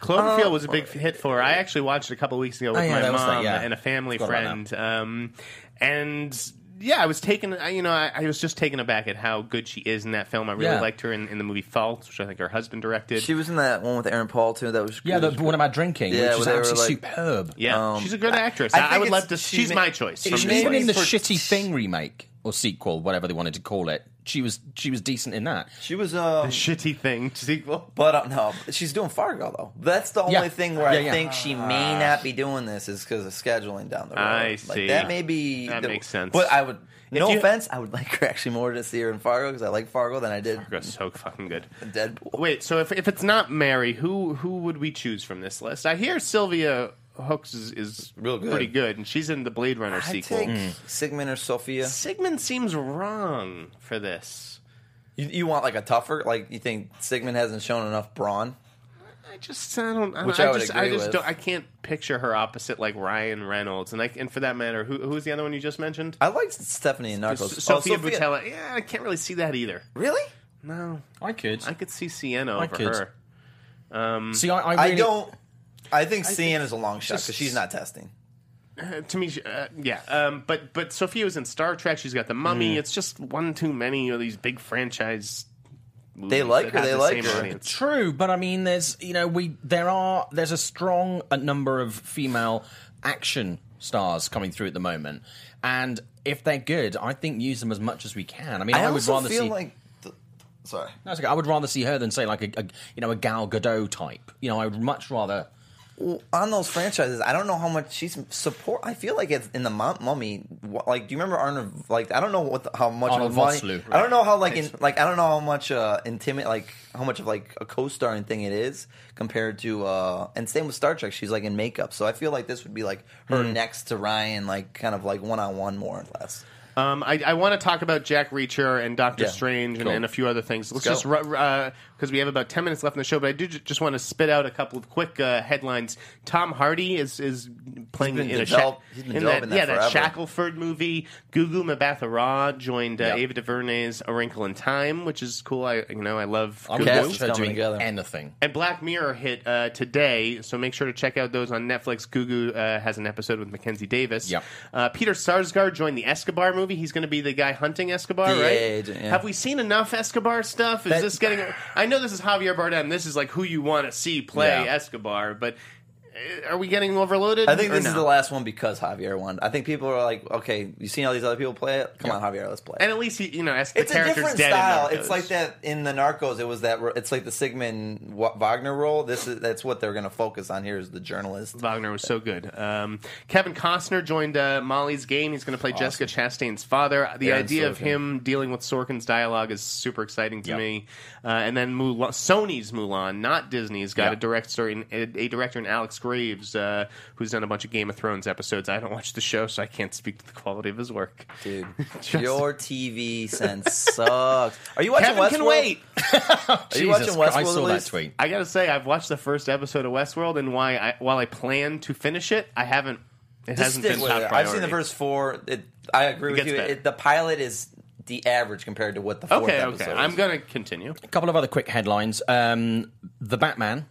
[SPEAKER 1] Cloverfield was a big hit for her. I actually watched it a couple weeks ago with
[SPEAKER 3] Oh, yeah,
[SPEAKER 1] my
[SPEAKER 3] that was the-
[SPEAKER 1] mom
[SPEAKER 3] yeah.
[SPEAKER 1] and a family
[SPEAKER 3] Forgot about
[SPEAKER 1] friend. Um, and yeah, I was taken. I- You know, I, I was just taken aback at how good she is in that film. I really
[SPEAKER 3] Yeah.
[SPEAKER 1] liked her in, in the movie Fault, which I think her husband directed.
[SPEAKER 4] She was in that one with Aaron Paul too. That was
[SPEAKER 3] Yeah, the one about drinking,
[SPEAKER 4] Yeah,
[SPEAKER 3] which is
[SPEAKER 4] where they were
[SPEAKER 3] absolutely
[SPEAKER 4] like-
[SPEAKER 3] superb.
[SPEAKER 1] yeah,
[SPEAKER 4] um,
[SPEAKER 1] she's a good
[SPEAKER 4] I-
[SPEAKER 1] actress.
[SPEAKER 4] I
[SPEAKER 1] I, I
[SPEAKER 4] think
[SPEAKER 1] would
[SPEAKER 4] it's-
[SPEAKER 1] love to.
[SPEAKER 4] she
[SPEAKER 1] She's
[SPEAKER 4] ma-
[SPEAKER 1] my choice.
[SPEAKER 4] it's
[SPEAKER 1] from this
[SPEAKER 3] Even
[SPEAKER 4] Maybe
[SPEAKER 1] list.
[SPEAKER 3] in the
[SPEAKER 4] for-
[SPEAKER 3] shitty thing remake or sequel, whatever they wanted to call it, she was she was decent in that.
[SPEAKER 4] she was um,
[SPEAKER 1] shitty thing sequel.
[SPEAKER 4] but uh, no, she's doing Fargo though. That's the only
[SPEAKER 3] Yeah.
[SPEAKER 4] thing where
[SPEAKER 3] Yeah,
[SPEAKER 4] I
[SPEAKER 3] yeah.
[SPEAKER 4] think she may not be doing this is because of scheduling down the road.
[SPEAKER 1] Ah. I
[SPEAKER 4] Like,
[SPEAKER 1] see.
[SPEAKER 4] that may be
[SPEAKER 1] That
[SPEAKER 4] the-
[SPEAKER 1] makes sense.
[SPEAKER 4] But I would. No
[SPEAKER 1] you-
[SPEAKER 4] offense, I would like her actually more to see her in Fargo because I like Fargo than I did
[SPEAKER 1] That's so fucking good.
[SPEAKER 4] Deadpool.
[SPEAKER 1] Wait, so if if it's not Mary, who who would we choose from this list? I hear Sylvia Hooks is, is
[SPEAKER 4] Real good.
[SPEAKER 1] pretty good, and she's in the Blade Runner
[SPEAKER 4] I
[SPEAKER 1] sequel. Mm.
[SPEAKER 4] take Sigmund or Sophia.
[SPEAKER 1] Sigmund seems wrong for this.
[SPEAKER 4] You, you want like a tougher? Like you think Sigmund hasn't shown enough brawn?
[SPEAKER 1] I just I don't. I, don't-
[SPEAKER 4] Which
[SPEAKER 1] I
[SPEAKER 4] I would
[SPEAKER 1] just I
[SPEAKER 4] agree
[SPEAKER 1] just
[SPEAKER 4] with.
[SPEAKER 1] don't. I can't picture her opposite like Ryan Reynolds, and I and for that matter, who who's the other one you just mentioned?
[SPEAKER 4] I liked Stephanie and Narcos.
[SPEAKER 1] S- Sophia
[SPEAKER 4] Oh,
[SPEAKER 1] Boutella. Yeah, I can't really see that either.
[SPEAKER 4] Really?
[SPEAKER 1] No,
[SPEAKER 3] I could.
[SPEAKER 1] I could see Sienna over
[SPEAKER 3] could.
[SPEAKER 1] her.
[SPEAKER 3] See, I, I,
[SPEAKER 4] I
[SPEAKER 3] really,
[SPEAKER 4] don't. I think Sienna's is a long shot because she's not testing.
[SPEAKER 1] Uh, to me, she- uh, yeah. Um, but but Sophia was in Star Trek. She's got the Mummy.
[SPEAKER 4] Mm.
[SPEAKER 1] It's just one too many of these big franchise. movies
[SPEAKER 4] like
[SPEAKER 1] that
[SPEAKER 4] her,
[SPEAKER 1] have
[SPEAKER 4] they
[SPEAKER 1] the
[SPEAKER 4] like
[SPEAKER 1] same
[SPEAKER 4] her.
[SPEAKER 1] audience.
[SPEAKER 3] True, but I mean, there's you know we there are there's a strong uh, number of female action stars coming through at the moment, and if they're good, I think use them as much as we can. I mean, I,
[SPEAKER 4] I,
[SPEAKER 3] would
[SPEAKER 4] also
[SPEAKER 3] rather
[SPEAKER 4] feel
[SPEAKER 3] see.
[SPEAKER 4] like. th- sorry.
[SPEAKER 3] No, it's okay. I would rather see her than say like a, a you know a Gal Gadot type. You know, I would much rather.
[SPEAKER 4] On those franchises, I don't know how much she's support. I feel like it's in the Mum- Mummy. wha- Like, do you remember Arnold? Like, I don't know what the, how much
[SPEAKER 3] Arnold
[SPEAKER 4] of the money.
[SPEAKER 3] Vosloo.
[SPEAKER 4] I don't know how like in, like I don't know how much uh intimate like how much of like a co-starring thing it is compared to uh and same with Star Trek. She's like in makeup, so I feel like this would be like her next to Ryan, like kind of like one on one more or less.
[SPEAKER 1] Um, I, I want to talk about Jack Reacher and Doctor
[SPEAKER 4] Yeah.
[SPEAKER 1] Strange and,
[SPEAKER 3] Cool.
[SPEAKER 1] and a few other things. Let's
[SPEAKER 4] go.
[SPEAKER 1] just because we have about ten minutes left in the show, but I do ju- just want to spit out a couple of quick uh, headlines. Tom Hardy is is playing
[SPEAKER 4] been
[SPEAKER 1] in a
[SPEAKER 4] develop- he's been
[SPEAKER 1] in
[SPEAKER 4] developing that
[SPEAKER 1] yeah that
[SPEAKER 4] forever.
[SPEAKER 1] Shackleford movie. Gugu Mbatha-Raw joined uh,
[SPEAKER 3] Yeah.
[SPEAKER 1] Ava DuVernay's A Wrinkle in Time, which is cool. I you know I love
[SPEAKER 3] I would
[SPEAKER 1] Gugu.
[SPEAKER 4] Cast
[SPEAKER 3] watch her
[SPEAKER 4] coming
[SPEAKER 3] doing
[SPEAKER 4] together.
[SPEAKER 3] anything.
[SPEAKER 1] And Black Mirror hit uh, today, so make sure to check out those on Netflix. Gugu uh, has an episode with Mackenzie Davis.
[SPEAKER 3] Yep.
[SPEAKER 1] Uh, Peter Sarsgaard joined the Escobar movie. He's going to be the guy hunting Escobar,
[SPEAKER 4] The
[SPEAKER 1] right?
[SPEAKER 4] agent, yeah.
[SPEAKER 1] Have we seen enough Escobar stuff? Is
[SPEAKER 3] That-
[SPEAKER 1] this getting? I know this is Javier Bardem. This is like who you want to see play
[SPEAKER 3] Yeah.
[SPEAKER 1] Escobar, but uh, are we getting overloaded?
[SPEAKER 4] I think
[SPEAKER 1] or
[SPEAKER 4] this
[SPEAKER 1] no?
[SPEAKER 4] is the last one because Javier won. I think people are like, okay, you've seen all these other people play it. Come on, Javier, let's play. it.
[SPEAKER 1] And at least he, you know, Es- the
[SPEAKER 4] it's a
[SPEAKER 1] character's
[SPEAKER 4] different
[SPEAKER 1] dead in
[SPEAKER 4] style.
[SPEAKER 1] Narcos.
[SPEAKER 4] It's like that in the Narcos. It was that. ro- It's like the Sigmund Wa- Wagner role. This is that's what they're going to focus on here is the journalist.
[SPEAKER 1] Wagner was so good. Um, Kevin Costner joined uh, Molly's Game. He's going to play Jessica Chastain's father. The
[SPEAKER 4] Aaron
[SPEAKER 1] idea of
[SPEAKER 4] Sorkin.
[SPEAKER 1] him dealing with Sorkin's dialogue is super exciting to
[SPEAKER 3] Yep.
[SPEAKER 1] me. Uh, and then Mulan, Sony's Mulan, not Disney's, got
[SPEAKER 3] Yep.
[SPEAKER 1] a director in a, a director in Alex Graves, uh, who's done a bunch of Game of Thrones episodes. I don't watch the show, so I can't speak to the quality of his work.
[SPEAKER 4] Dude,
[SPEAKER 1] Just-
[SPEAKER 4] your TV sense sucks. Are you watching
[SPEAKER 1] Kevin can
[SPEAKER 4] Westworld?
[SPEAKER 1] wait.
[SPEAKER 4] Are you watching
[SPEAKER 3] Jesus
[SPEAKER 4] Westworld?
[SPEAKER 3] Christ, I saw
[SPEAKER 4] at
[SPEAKER 3] that
[SPEAKER 4] least?
[SPEAKER 3] tweet.
[SPEAKER 1] I gotta say, I've watched the first episode of Westworld, and why I, while I plan to finish it, I haven't. It
[SPEAKER 4] Just
[SPEAKER 1] hasn't
[SPEAKER 4] stick
[SPEAKER 1] been
[SPEAKER 4] with
[SPEAKER 1] top
[SPEAKER 4] it.
[SPEAKER 1] priority.
[SPEAKER 4] I've seen the first four. It, I agree with
[SPEAKER 1] gets
[SPEAKER 4] you.
[SPEAKER 1] better.
[SPEAKER 4] It, the pilot is the average compared to what the fourth
[SPEAKER 1] Okay,
[SPEAKER 4] episode
[SPEAKER 1] okay.
[SPEAKER 4] is.
[SPEAKER 1] I'm gonna continue.
[SPEAKER 3] A couple of other quick headlines. Um, the Batman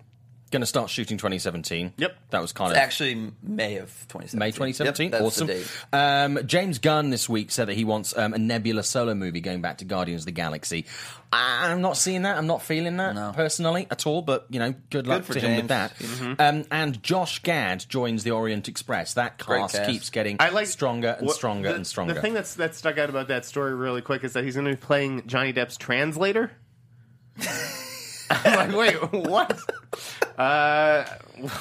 [SPEAKER 3] going to start shooting 2017.
[SPEAKER 1] Yep.
[SPEAKER 3] that was kind
[SPEAKER 4] It's
[SPEAKER 3] of
[SPEAKER 4] actually May of 2017.
[SPEAKER 3] May 2017.
[SPEAKER 4] Yep, that's the
[SPEAKER 3] awesome.
[SPEAKER 4] date.
[SPEAKER 3] Um, James Gunn this week said that he wants um, a Nebula solo movie going back to Guardians of the Galaxy. I- I'm not seeing that. I'm not feeling that personally at all. But you know, good luck
[SPEAKER 4] for
[SPEAKER 3] to him with
[SPEAKER 4] James.
[SPEAKER 3] that.
[SPEAKER 1] Mm-hmm.
[SPEAKER 3] Um, and Josh Gad joins the Orient Express. That cast,
[SPEAKER 4] cast.
[SPEAKER 3] keeps getting
[SPEAKER 1] I like
[SPEAKER 3] stronger and
[SPEAKER 1] what-
[SPEAKER 3] stronger
[SPEAKER 1] the-
[SPEAKER 3] and stronger.
[SPEAKER 1] The thing that's that stuck out about that story really quick is that he's going to be playing Johnny Depp's translator. I'm like, wait, what? Uh,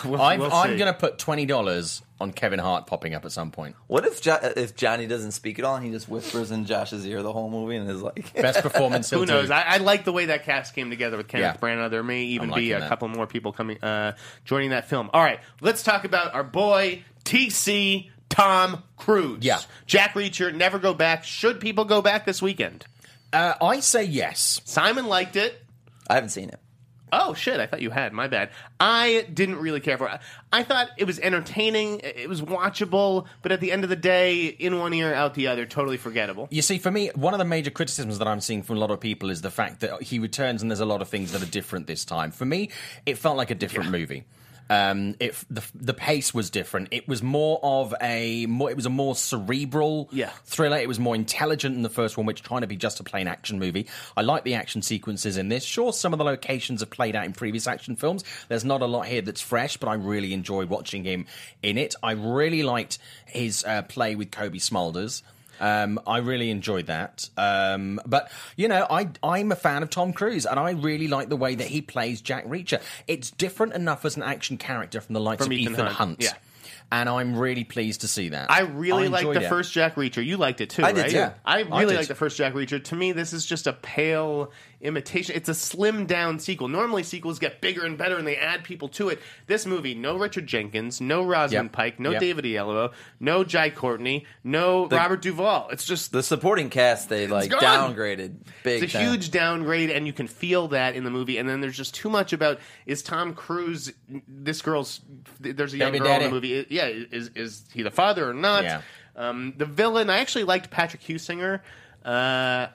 [SPEAKER 1] we'll,
[SPEAKER 3] I'm,
[SPEAKER 1] we'll
[SPEAKER 3] I'm
[SPEAKER 1] see.
[SPEAKER 3] going to put twenty dollars on Kevin Hart popping up at some point.
[SPEAKER 4] What if jo- if Johnny doesn't speak at all and he just whispers in Josh's ear the whole movie and is like,
[SPEAKER 3] Best performance.
[SPEAKER 1] Who
[SPEAKER 3] he'll do.
[SPEAKER 1] knows? I, I like the way that cast came together with Kenneth
[SPEAKER 3] Yeah.
[SPEAKER 1] Branagh. There may even
[SPEAKER 3] I'm
[SPEAKER 1] be
[SPEAKER 3] liking
[SPEAKER 1] a
[SPEAKER 3] that.
[SPEAKER 1] couple more people coming uh, joining that film. All right, let's talk about our boy TC Tom Cruise.
[SPEAKER 3] Yeah.
[SPEAKER 1] Jack Reacher, Never Go Back. Should people go back this weekend?
[SPEAKER 3] Uh, I say yes.
[SPEAKER 1] Simon liked it.
[SPEAKER 4] I haven't seen it.
[SPEAKER 1] Oh shit! I thought you had. My bad. I didn't really care for it. I thought it was entertaining. It was watchable, but at the end of the day, in one ear, out the other, totally forgettable.
[SPEAKER 3] You see, for me, one of the major criticisms that I'm seeing from a lot of people is the fact that he returns and there's a lot of things that are different this time. For me, it felt like a different movie. Um, it the the pace was different. It was more of a more. It was a more cerebral
[SPEAKER 1] Yeah.
[SPEAKER 3] thriller. It was more intelligent than the first one, which trying to be just a plain action movie. I like the action sequences in this. Sure, some of the locations have played out in previous action films. There's not a lot here that's fresh, but I really enjoy watching him in it. I really liked his uh, play with Kobe Smulders. Um, I really enjoyed that. Um, but you know, I I'm a fan of Tom Cruise, and I really like the way that he plays Jack Reacher. It's different enough as an action character from the likes
[SPEAKER 1] From
[SPEAKER 3] of
[SPEAKER 1] Ethan
[SPEAKER 3] Ethan,
[SPEAKER 1] Hunt,
[SPEAKER 3] Hunt.
[SPEAKER 1] yeah.
[SPEAKER 3] And I'm really pleased to see that.
[SPEAKER 1] I really liked
[SPEAKER 3] enjoyed
[SPEAKER 1] the
[SPEAKER 3] it.
[SPEAKER 1] first Jack Reacher. You liked it too,
[SPEAKER 4] I did
[SPEAKER 1] right?
[SPEAKER 4] too.
[SPEAKER 1] I
[SPEAKER 3] I
[SPEAKER 1] really
[SPEAKER 3] did.
[SPEAKER 1] like the first Jack Reacher. To me, this is just a pale imitation. It's a slim down sequel. Normally, sequels get bigger and better, and they add people to it. This movie, no Richard Jenkins, no Rosamund
[SPEAKER 3] Yep.
[SPEAKER 1] Pike, no
[SPEAKER 3] Yep.
[SPEAKER 1] David Oyelowo, no Jai Courtney, no Robert Duvall. It's just
[SPEAKER 4] The supporting cast they like
[SPEAKER 1] gone.
[SPEAKER 4] downgraded big.
[SPEAKER 1] it's a
[SPEAKER 4] time.
[SPEAKER 1] huge downgrade, and you can feel that in the movie. And then there's just too much about is Tom Cruise this girl's? There's a young
[SPEAKER 3] Baby
[SPEAKER 1] girl in
[SPEAKER 3] daddy.
[SPEAKER 1] the movie. Yeah, is is he the father or not?
[SPEAKER 3] Yeah.
[SPEAKER 1] Um, the villain. I actually liked Patrick Husinger uh,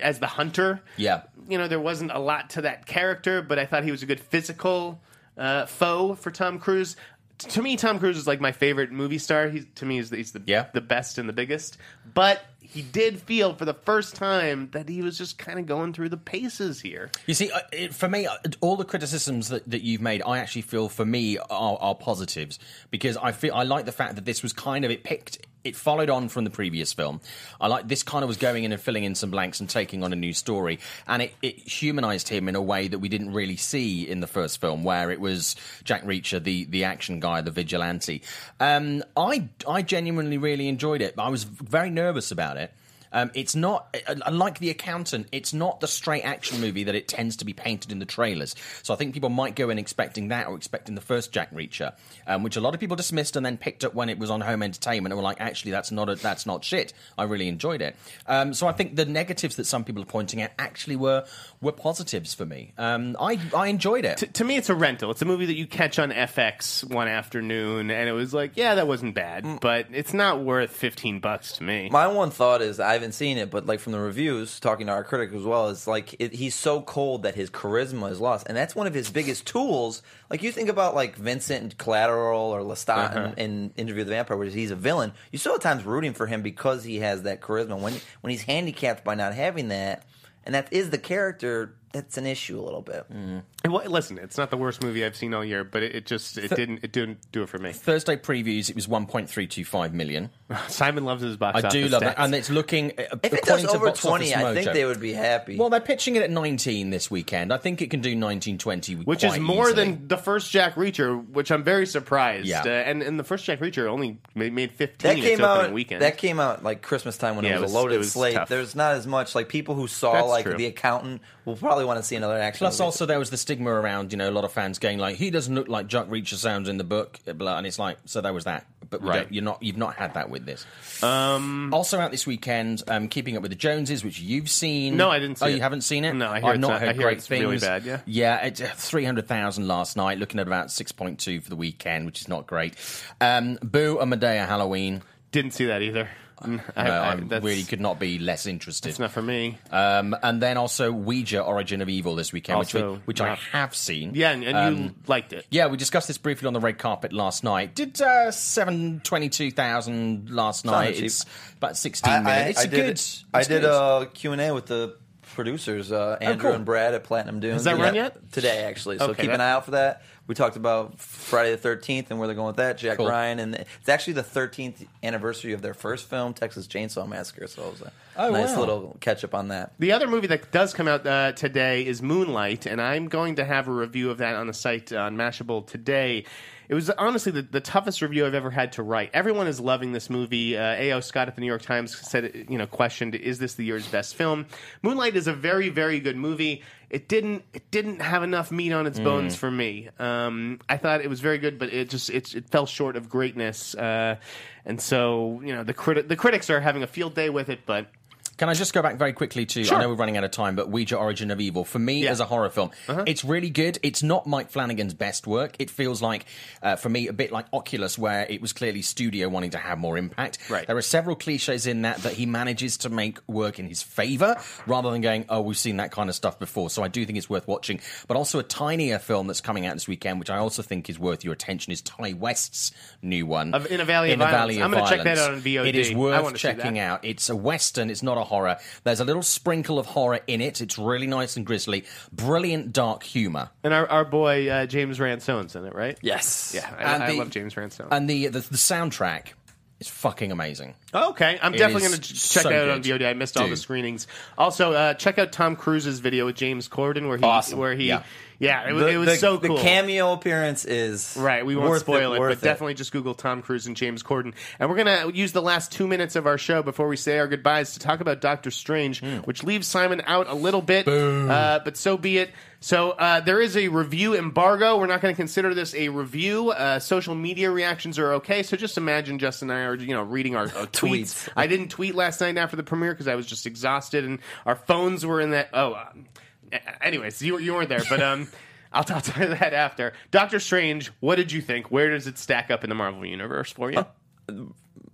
[SPEAKER 1] as the hunter.
[SPEAKER 3] Yeah.
[SPEAKER 1] you know there wasn't a lot to that character, but I thought he was a good physical uh, foe for Tom Cruise. T- To me, Tom Cruise is like my favorite movie star. He's to me he's the, he's the
[SPEAKER 3] Yeah.
[SPEAKER 1] the best and the biggest. But he did feel for the first time that he was just kind of going through the paces here.
[SPEAKER 3] You see, uh, it, for me, uh, all the criticisms that, that you've made, I actually feel for me are, are positives because I feel I like the fact that this was kind of it picked it followed on from the previous film. I like this kind of was going in and filling in some blanks and taking on a new story, and it, it humanized him in a way that we didn't really see in the first film, where it was Jack Reacher, the the action guy, the vigilante. Um, I I genuinely really enjoyed it. I was very nervous about it. Um, it's not uh, unlike The Accountant. It's not the straight action movie that it tends to be painted in the trailers. So I think people might go in expecting that or expecting the first Jack Reacher, um, which a lot of people dismissed and then picked up when it was on home entertainment and were like, actually, that's not a, that's not shit. I really enjoyed it. Um, so I think the negatives that some people are pointing at actually were were positives for me. Um, I I enjoyed it.
[SPEAKER 1] To me, it's a rental. It's a movie that you catch on FX one afternoon, and it was like, yeah, that wasn't bad, but it's not worth fifteen bucks to me.
[SPEAKER 4] My one thought is I haven't seen it, but like from the reviews, talking to our critic as well, is like it, he's so cold that his charisma is lost, and that's one of his biggest tools. Like you think about like Vincent in Collateral or Lestat in, in Interview with the Vampire, where he's a villain. You still at times rooting for him because he has that charisma. When when he's handicapped by not having that, and that is the character, that's an issue a little bit.
[SPEAKER 1] And what- listen, it's not the worst movie I've seen all year, but it, it just it didn't it didn't do it for me.
[SPEAKER 3] Thursday previews, it was 1.325 million.
[SPEAKER 1] Simon loves his box.
[SPEAKER 3] I do
[SPEAKER 1] office
[SPEAKER 3] love
[SPEAKER 1] stats.
[SPEAKER 3] that, and it's looking. uh,
[SPEAKER 4] If it does
[SPEAKER 3] according to
[SPEAKER 4] over
[SPEAKER 3] Box Office
[SPEAKER 4] twenty, I think
[SPEAKER 3] Mojo-
[SPEAKER 4] they would be happy.
[SPEAKER 3] Well, they're pitching it at 19 this weekend. I think it can do 19, 20.
[SPEAKER 1] which is more than the first Jack Reacher, which I'm very surprised.
[SPEAKER 3] Yeah.
[SPEAKER 1] Uh, and and the first Jack Reacher only made, made 15
[SPEAKER 4] that
[SPEAKER 1] its
[SPEAKER 4] came
[SPEAKER 1] opening
[SPEAKER 4] out
[SPEAKER 1] weekend.
[SPEAKER 4] that came out like Christmas time when
[SPEAKER 1] Yeah,
[SPEAKER 4] it, was
[SPEAKER 1] it was-
[SPEAKER 4] a loaded
[SPEAKER 1] it was
[SPEAKER 4] slate.
[SPEAKER 1] tough.
[SPEAKER 4] There's not as much like people who saw
[SPEAKER 1] That's
[SPEAKER 4] like
[SPEAKER 1] true.
[SPEAKER 4] The Accountant will probably want to see another action.
[SPEAKER 3] Plus,
[SPEAKER 4] movie.
[SPEAKER 3] also there was the stigma around you know a lot of fans going like he doesn't look like Jack Reacher sounds in the book, blah, blah, and it's like so there was that. But we
[SPEAKER 1] Right.
[SPEAKER 3] don't- you're not you've not had that with this. Um, also out this weekend, um, keeping up with the Joneses, which you've seen.
[SPEAKER 1] No, I didn't see
[SPEAKER 3] oh,
[SPEAKER 1] it.
[SPEAKER 3] you haven't seen it?
[SPEAKER 1] No, I hear
[SPEAKER 3] have
[SPEAKER 1] it's
[SPEAKER 3] not
[SPEAKER 1] not-
[SPEAKER 3] heard
[SPEAKER 1] I hear
[SPEAKER 3] great
[SPEAKER 1] it's
[SPEAKER 3] things.
[SPEAKER 1] really bad, yeah.
[SPEAKER 3] yeah, it's three hundred thousand last night, looking at about six point two for the weekend, which is not great. Um, Boo and Medea Halloween.
[SPEAKER 1] Didn't see that either. No,
[SPEAKER 3] No, I, really could not be less interested.
[SPEAKER 1] It's not for me.
[SPEAKER 4] Uh,
[SPEAKER 3] Um, and then also Ouija Origin of Evil this weekend,
[SPEAKER 1] Also
[SPEAKER 3] which, we, which I
[SPEAKER 1] not-
[SPEAKER 3] have seen.
[SPEAKER 1] yeah, and, and
[SPEAKER 4] um,
[SPEAKER 1] you liked it.
[SPEAKER 3] Yeah, we discussed this briefly on the red carpet last night. Did uh, seven twenty two thousand last night?
[SPEAKER 4] cheap.
[SPEAKER 3] It's about sixteen minutes. It's a
[SPEAKER 4] did,
[SPEAKER 3] good.
[SPEAKER 4] I
[SPEAKER 3] it's
[SPEAKER 4] did
[SPEAKER 3] good. Oh,
[SPEAKER 4] a Q and A with the producers, uh, Andrew
[SPEAKER 3] cool.
[SPEAKER 4] and Brad at Platinum Dune. Is
[SPEAKER 1] that run yet?
[SPEAKER 4] Today, actually. So
[SPEAKER 1] Okay,
[SPEAKER 4] keep
[SPEAKER 1] that-
[SPEAKER 4] an eye out for that. We talked about Friday the Thirteenth and where they're going with that. Jack
[SPEAKER 3] Cool.
[SPEAKER 4] Ryan, and it's actually the thirteenth anniversary of their first film, Texas Chainsaw Massacre. So it was a
[SPEAKER 3] Oh,
[SPEAKER 4] nice
[SPEAKER 3] wow.
[SPEAKER 4] little catch up on that.
[SPEAKER 1] The other movie that does come out uh, today is Moonlight, and I'm going to have a review of that on the site uh, on Mashable today. It was honestly the, the toughest review I've ever had to write. Everyone is loving this movie. Uh, A.O. Scott at the New York Times said, you know, questioned, "Is this the year's best film?" Moonlight is a very, very good movie. It didn't, it didn't have enough meat on its bones for me. Um, I thought it was very good, but it just, it, it fell short of greatness. Uh, and so, you know, the crit- the critics are having a field day with it, but
[SPEAKER 3] Can I just go back very quickly to?
[SPEAKER 1] Sure.
[SPEAKER 3] I know we're running out of time, but Ouija Origin of Evil for me
[SPEAKER 1] Yeah. Uh-huh.
[SPEAKER 3] as a horror film, it's really good. It's not Mike Flanagan's best work. It feels like, uh, for me, a bit like Oculus, where it was clearly studio wanting to have more impact.
[SPEAKER 1] Right.
[SPEAKER 3] There are several cliches in that that he manages to make work in his favor, rather than going, "Oh, we've seen that kind of stuff before." So I do think it's worth watching. But also a tinier film that's coming out this weekend, which I also think is worth your attention, is Ty West's new one,
[SPEAKER 1] Of- In a Valley of
[SPEAKER 3] a
[SPEAKER 1] Violence.
[SPEAKER 3] Valley
[SPEAKER 1] I'm gonna check that
[SPEAKER 3] Violence.
[SPEAKER 1] out on VOD.
[SPEAKER 3] It is
[SPEAKER 1] I
[SPEAKER 3] worth
[SPEAKER 1] wanna see that.
[SPEAKER 3] checking out out. It's a western. It's not a horror. There's a little sprinkle of horror in it. It's really nice and grisly. Brilliant dark humor.
[SPEAKER 1] And our, our boy uh, James Ransone's in it, right?
[SPEAKER 4] Yes.
[SPEAKER 1] Yeah, I,
[SPEAKER 3] And
[SPEAKER 1] I
[SPEAKER 3] the-
[SPEAKER 1] love James Ransone.
[SPEAKER 3] And the the, the soundtrack is fucking amazing.
[SPEAKER 1] okay, I'm
[SPEAKER 3] It
[SPEAKER 1] definitely
[SPEAKER 3] is
[SPEAKER 1] going to check
[SPEAKER 3] so
[SPEAKER 1] that out on
[SPEAKER 3] good.
[SPEAKER 1] VOD. I missed all the
[SPEAKER 3] Dude.
[SPEAKER 1] screenings. Also, uh, check out Tom Cruise's video with James Corden, where he,
[SPEAKER 4] Awesome.
[SPEAKER 1] where he, yeah,
[SPEAKER 3] Yeah.
[SPEAKER 1] it, was it was
[SPEAKER 4] the,
[SPEAKER 1] so
[SPEAKER 4] the
[SPEAKER 1] cool.
[SPEAKER 4] cameo appearance is
[SPEAKER 1] Right, we won't
[SPEAKER 4] worth
[SPEAKER 1] spoil it,
[SPEAKER 4] worth
[SPEAKER 1] but definitely just Google Tom Cruise and James Corden. And we're going to use the last two minutes of our show before we say our goodbyes to talk about Doctor Strange, which leaves Simon out a little bit, uh, but so be it. So uh, there is a review embargo. We're not going to consider this a review. Uh, social media reactions are okay, so just imagine Justin and I are you know reading our, our tweets.
[SPEAKER 4] Tweets.
[SPEAKER 1] I didn't tweet last night after the premiere because I was just exhausted, and our phones were in that. Oh, uh, a- anyways, you you weren't there, but um, I'll talk to that after. Doctor Strange, what did you think? Where does it stack up in the Marvel universe for you?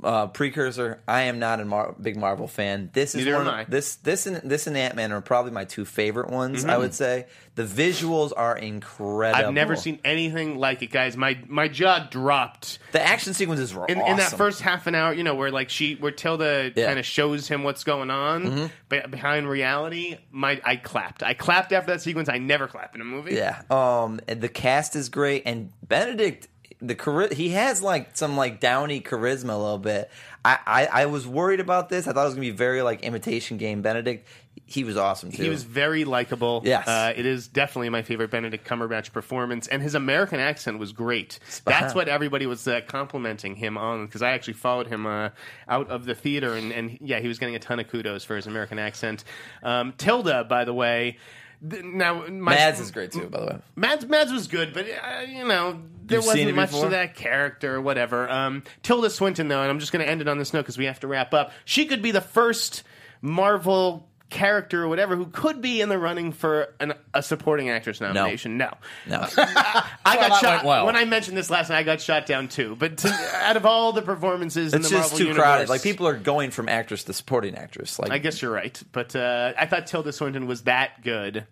[SPEAKER 4] uh, precursor. I am not a Mar- big Marvel fan. This is
[SPEAKER 1] Neither am
[SPEAKER 4] one of-
[SPEAKER 1] I.
[SPEAKER 4] this this and this and Ant Man are probably my two favorite ones. I would say the visuals are incredible.
[SPEAKER 1] Mm-hmm. I've never seen anything like it, guys. My my jaw dropped
[SPEAKER 4] the action sequences were
[SPEAKER 1] in,
[SPEAKER 4] awesome.
[SPEAKER 1] in that first half an hour. You know, where like she, where Tilda
[SPEAKER 4] Yeah. Mm-hmm.
[SPEAKER 1] kind of shows him what's going on be- behind reality. My I clapped. I clapped after that sequence. I never clap in a movie.
[SPEAKER 4] Yeah. Um. and the cast is great, and Benedict, the chari- he has like some like downy charisma a little bit. I, I I was worried about this. I thought it was gonna be very like imitation game. Benedict, he was awesome too.
[SPEAKER 1] He was very likable.
[SPEAKER 4] Yes.
[SPEAKER 1] Uh, it is definitely my favorite Benedict Cumberbatch performance, and his American accent was great. That's
[SPEAKER 4] on.
[SPEAKER 1] what everybody was uh, complimenting him on because I actually followed him uh, out of the theater, and, and yeah, he was getting a ton of kudos for his American accent. Um, Tilda, by the way. th- Now, my,
[SPEAKER 4] Mads is great too, by the way.
[SPEAKER 1] Mads, Mads was good, but uh, you know there
[SPEAKER 4] You've seen
[SPEAKER 1] wasn't
[SPEAKER 4] it
[SPEAKER 1] much to
[SPEAKER 4] before?
[SPEAKER 1] that character, or whatever. Um, Tilda Swinton, though, and I'm just going to end it on this note because we have to wrap up. She could be the first Marvel character or whatever who could be in the running for an, a supporting actress nomination. No,
[SPEAKER 4] No.
[SPEAKER 1] I got
[SPEAKER 3] that
[SPEAKER 1] shot
[SPEAKER 3] went well.
[SPEAKER 1] when I mentioned this last night. I got shot down too. But to, out of all the performances, in
[SPEAKER 4] It's
[SPEAKER 1] the
[SPEAKER 4] just
[SPEAKER 1] Marvel
[SPEAKER 4] too
[SPEAKER 1] universe,
[SPEAKER 4] crowded. Like people are going from actress to supporting actress. Like
[SPEAKER 1] I guess you're right, but uh, I thought Tilda Swinton was that good.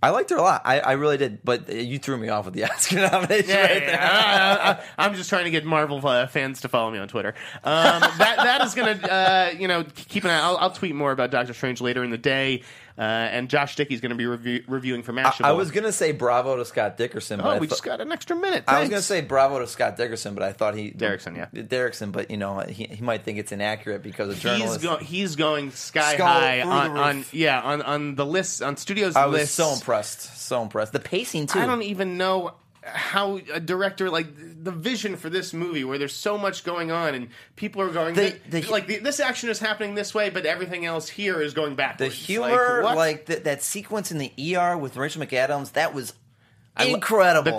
[SPEAKER 4] I liked her a lot. I, I really did, but you threw me off with the Oscar nomination.
[SPEAKER 1] Yeah,
[SPEAKER 4] right
[SPEAKER 1] yeah,
[SPEAKER 4] there.
[SPEAKER 1] yeah. I, am just trying to get Marvel uh, fans to follow me on Twitter. Um, that that is gonna, uh, you know, keep an eye. I'll, I'll tweet more about Doctor Strange later in the day, uh, and Josh Dickey's gonna be review, reviewing for Mashable.
[SPEAKER 4] I was gonna say bravo to Scott Dickerson, but
[SPEAKER 1] Oh,
[SPEAKER 4] I
[SPEAKER 1] we
[SPEAKER 4] thought-
[SPEAKER 1] just got an extra minute.
[SPEAKER 4] I was
[SPEAKER 1] Thanks.
[SPEAKER 4] gonna say bravo to Scott Dickerson, but I thought he
[SPEAKER 1] Derrickson, yeah.
[SPEAKER 4] Derrickson, but you know he, he might think it's inaccurate because of
[SPEAKER 1] He's,
[SPEAKER 4] journalists.
[SPEAKER 1] go- he's going sky
[SPEAKER 4] Skull
[SPEAKER 1] high
[SPEAKER 4] through the
[SPEAKER 1] on, on
[SPEAKER 4] roof.
[SPEAKER 1] yeah on, on the list on studios
[SPEAKER 4] I was
[SPEAKER 1] list.
[SPEAKER 4] so impressed, so impressed. The pacing too.
[SPEAKER 1] I don't even know. how a director like the vision for this movie where there's so much going on and people are going
[SPEAKER 4] The- the-
[SPEAKER 1] like the, this action is happening this way but everything else here is going
[SPEAKER 4] The
[SPEAKER 1] backwards
[SPEAKER 4] humor,
[SPEAKER 1] what?
[SPEAKER 4] like, th- that sequence in the ER with Rachel McAdams, that was
[SPEAKER 1] lo-
[SPEAKER 4] incredible.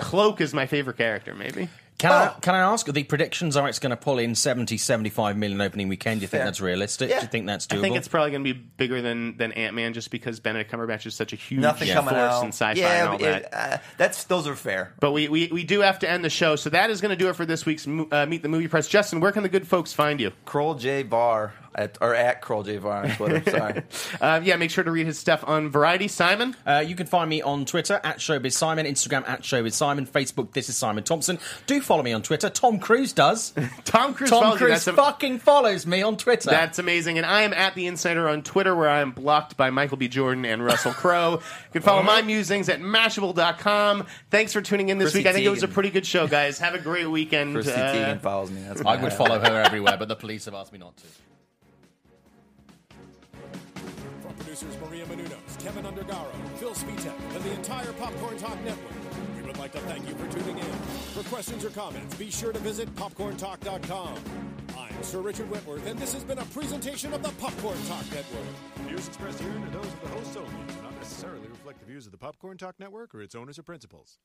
[SPEAKER 1] the cloak is my favorite character maybe
[SPEAKER 3] Can,
[SPEAKER 4] Oh.
[SPEAKER 3] I, can I ask? The predictions are it's going to pull in 70, 75 million opening weekend. Do you think
[SPEAKER 4] Fair.
[SPEAKER 3] that's realistic?
[SPEAKER 4] Yeah.
[SPEAKER 3] Do you think that's doable?
[SPEAKER 1] I think it's probably going to be bigger than than Ant Man just because Benedict Cumberbatch is such a huge
[SPEAKER 4] Nothing
[SPEAKER 1] force
[SPEAKER 4] coming out.
[SPEAKER 1] in sci-fi
[SPEAKER 4] yeah,
[SPEAKER 1] and all that.
[SPEAKER 4] it- uh, that's those are fair.
[SPEAKER 1] But we, we, we do have to end the show, so that is going to do it for this week's mo- uh, Meet the Movie Press. Justin, where can the good folks find you?
[SPEAKER 4] Kroll J Bar at or at Kroll J Bar on Twitter. Sorry.
[SPEAKER 1] Uh, yeah, make sure to read his stuff on Variety. Simon,
[SPEAKER 3] Uh, you can find me on Twitter at Showbiz Simon, Instagram at Showbiz Simon, Facebook This is Simon Thompson. Do follow me on Twitter. Tom Cruise does.
[SPEAKER 1] Tom Cruise,
[SPEAKER 3] Tom
[SPEAKER 1] follows you.
[SPEAKER 3] Cruise
[SPEAKER 1] That's a-
[SPEAKER 3] fucking follows me on Twitter.
[SPEAKER 1] That's amazing. And I am at The Insider on Twitter, where I am blocked by Michael B. Jordan and Russell Crowe. You can follow my musings at Mashable.com. Thanks for tuning in this
[SPEAKER 4] Chrissy
[SPEAKER 1] week. I think it was a
[SPEAKER 4] Teigen.
[SPEAKER 1] pretty good show, guys. Have a great weekend.
[SPEAKER 4] Christy
[SPEAKER 1] Uh,
[SPEAKER 4] Teigen follows me. That's
[SPEAKER 3] I
[SPEAKER 4] my
[SPEAKER 3] would
[SPEAKER 4] bad.
[SPEAKER 3] follow her everywhere, but the police have asked me not to.
[SPEAKER 2] From producers Maria Menounos, Kevin Undergaro, Phil Svitek, and the entire Popcorn Talk Network, we would like to thank you for tuning in. For questions or comments, be sure to visit popcorntalk.com. I'm Sir Richard Wentworth, and this has been a presentation of the Popcorn Talk Network. Views expressed herein are those of the hosts only, do not necessarily reflect the views of the Popcorn Talk Network or its owners or principals.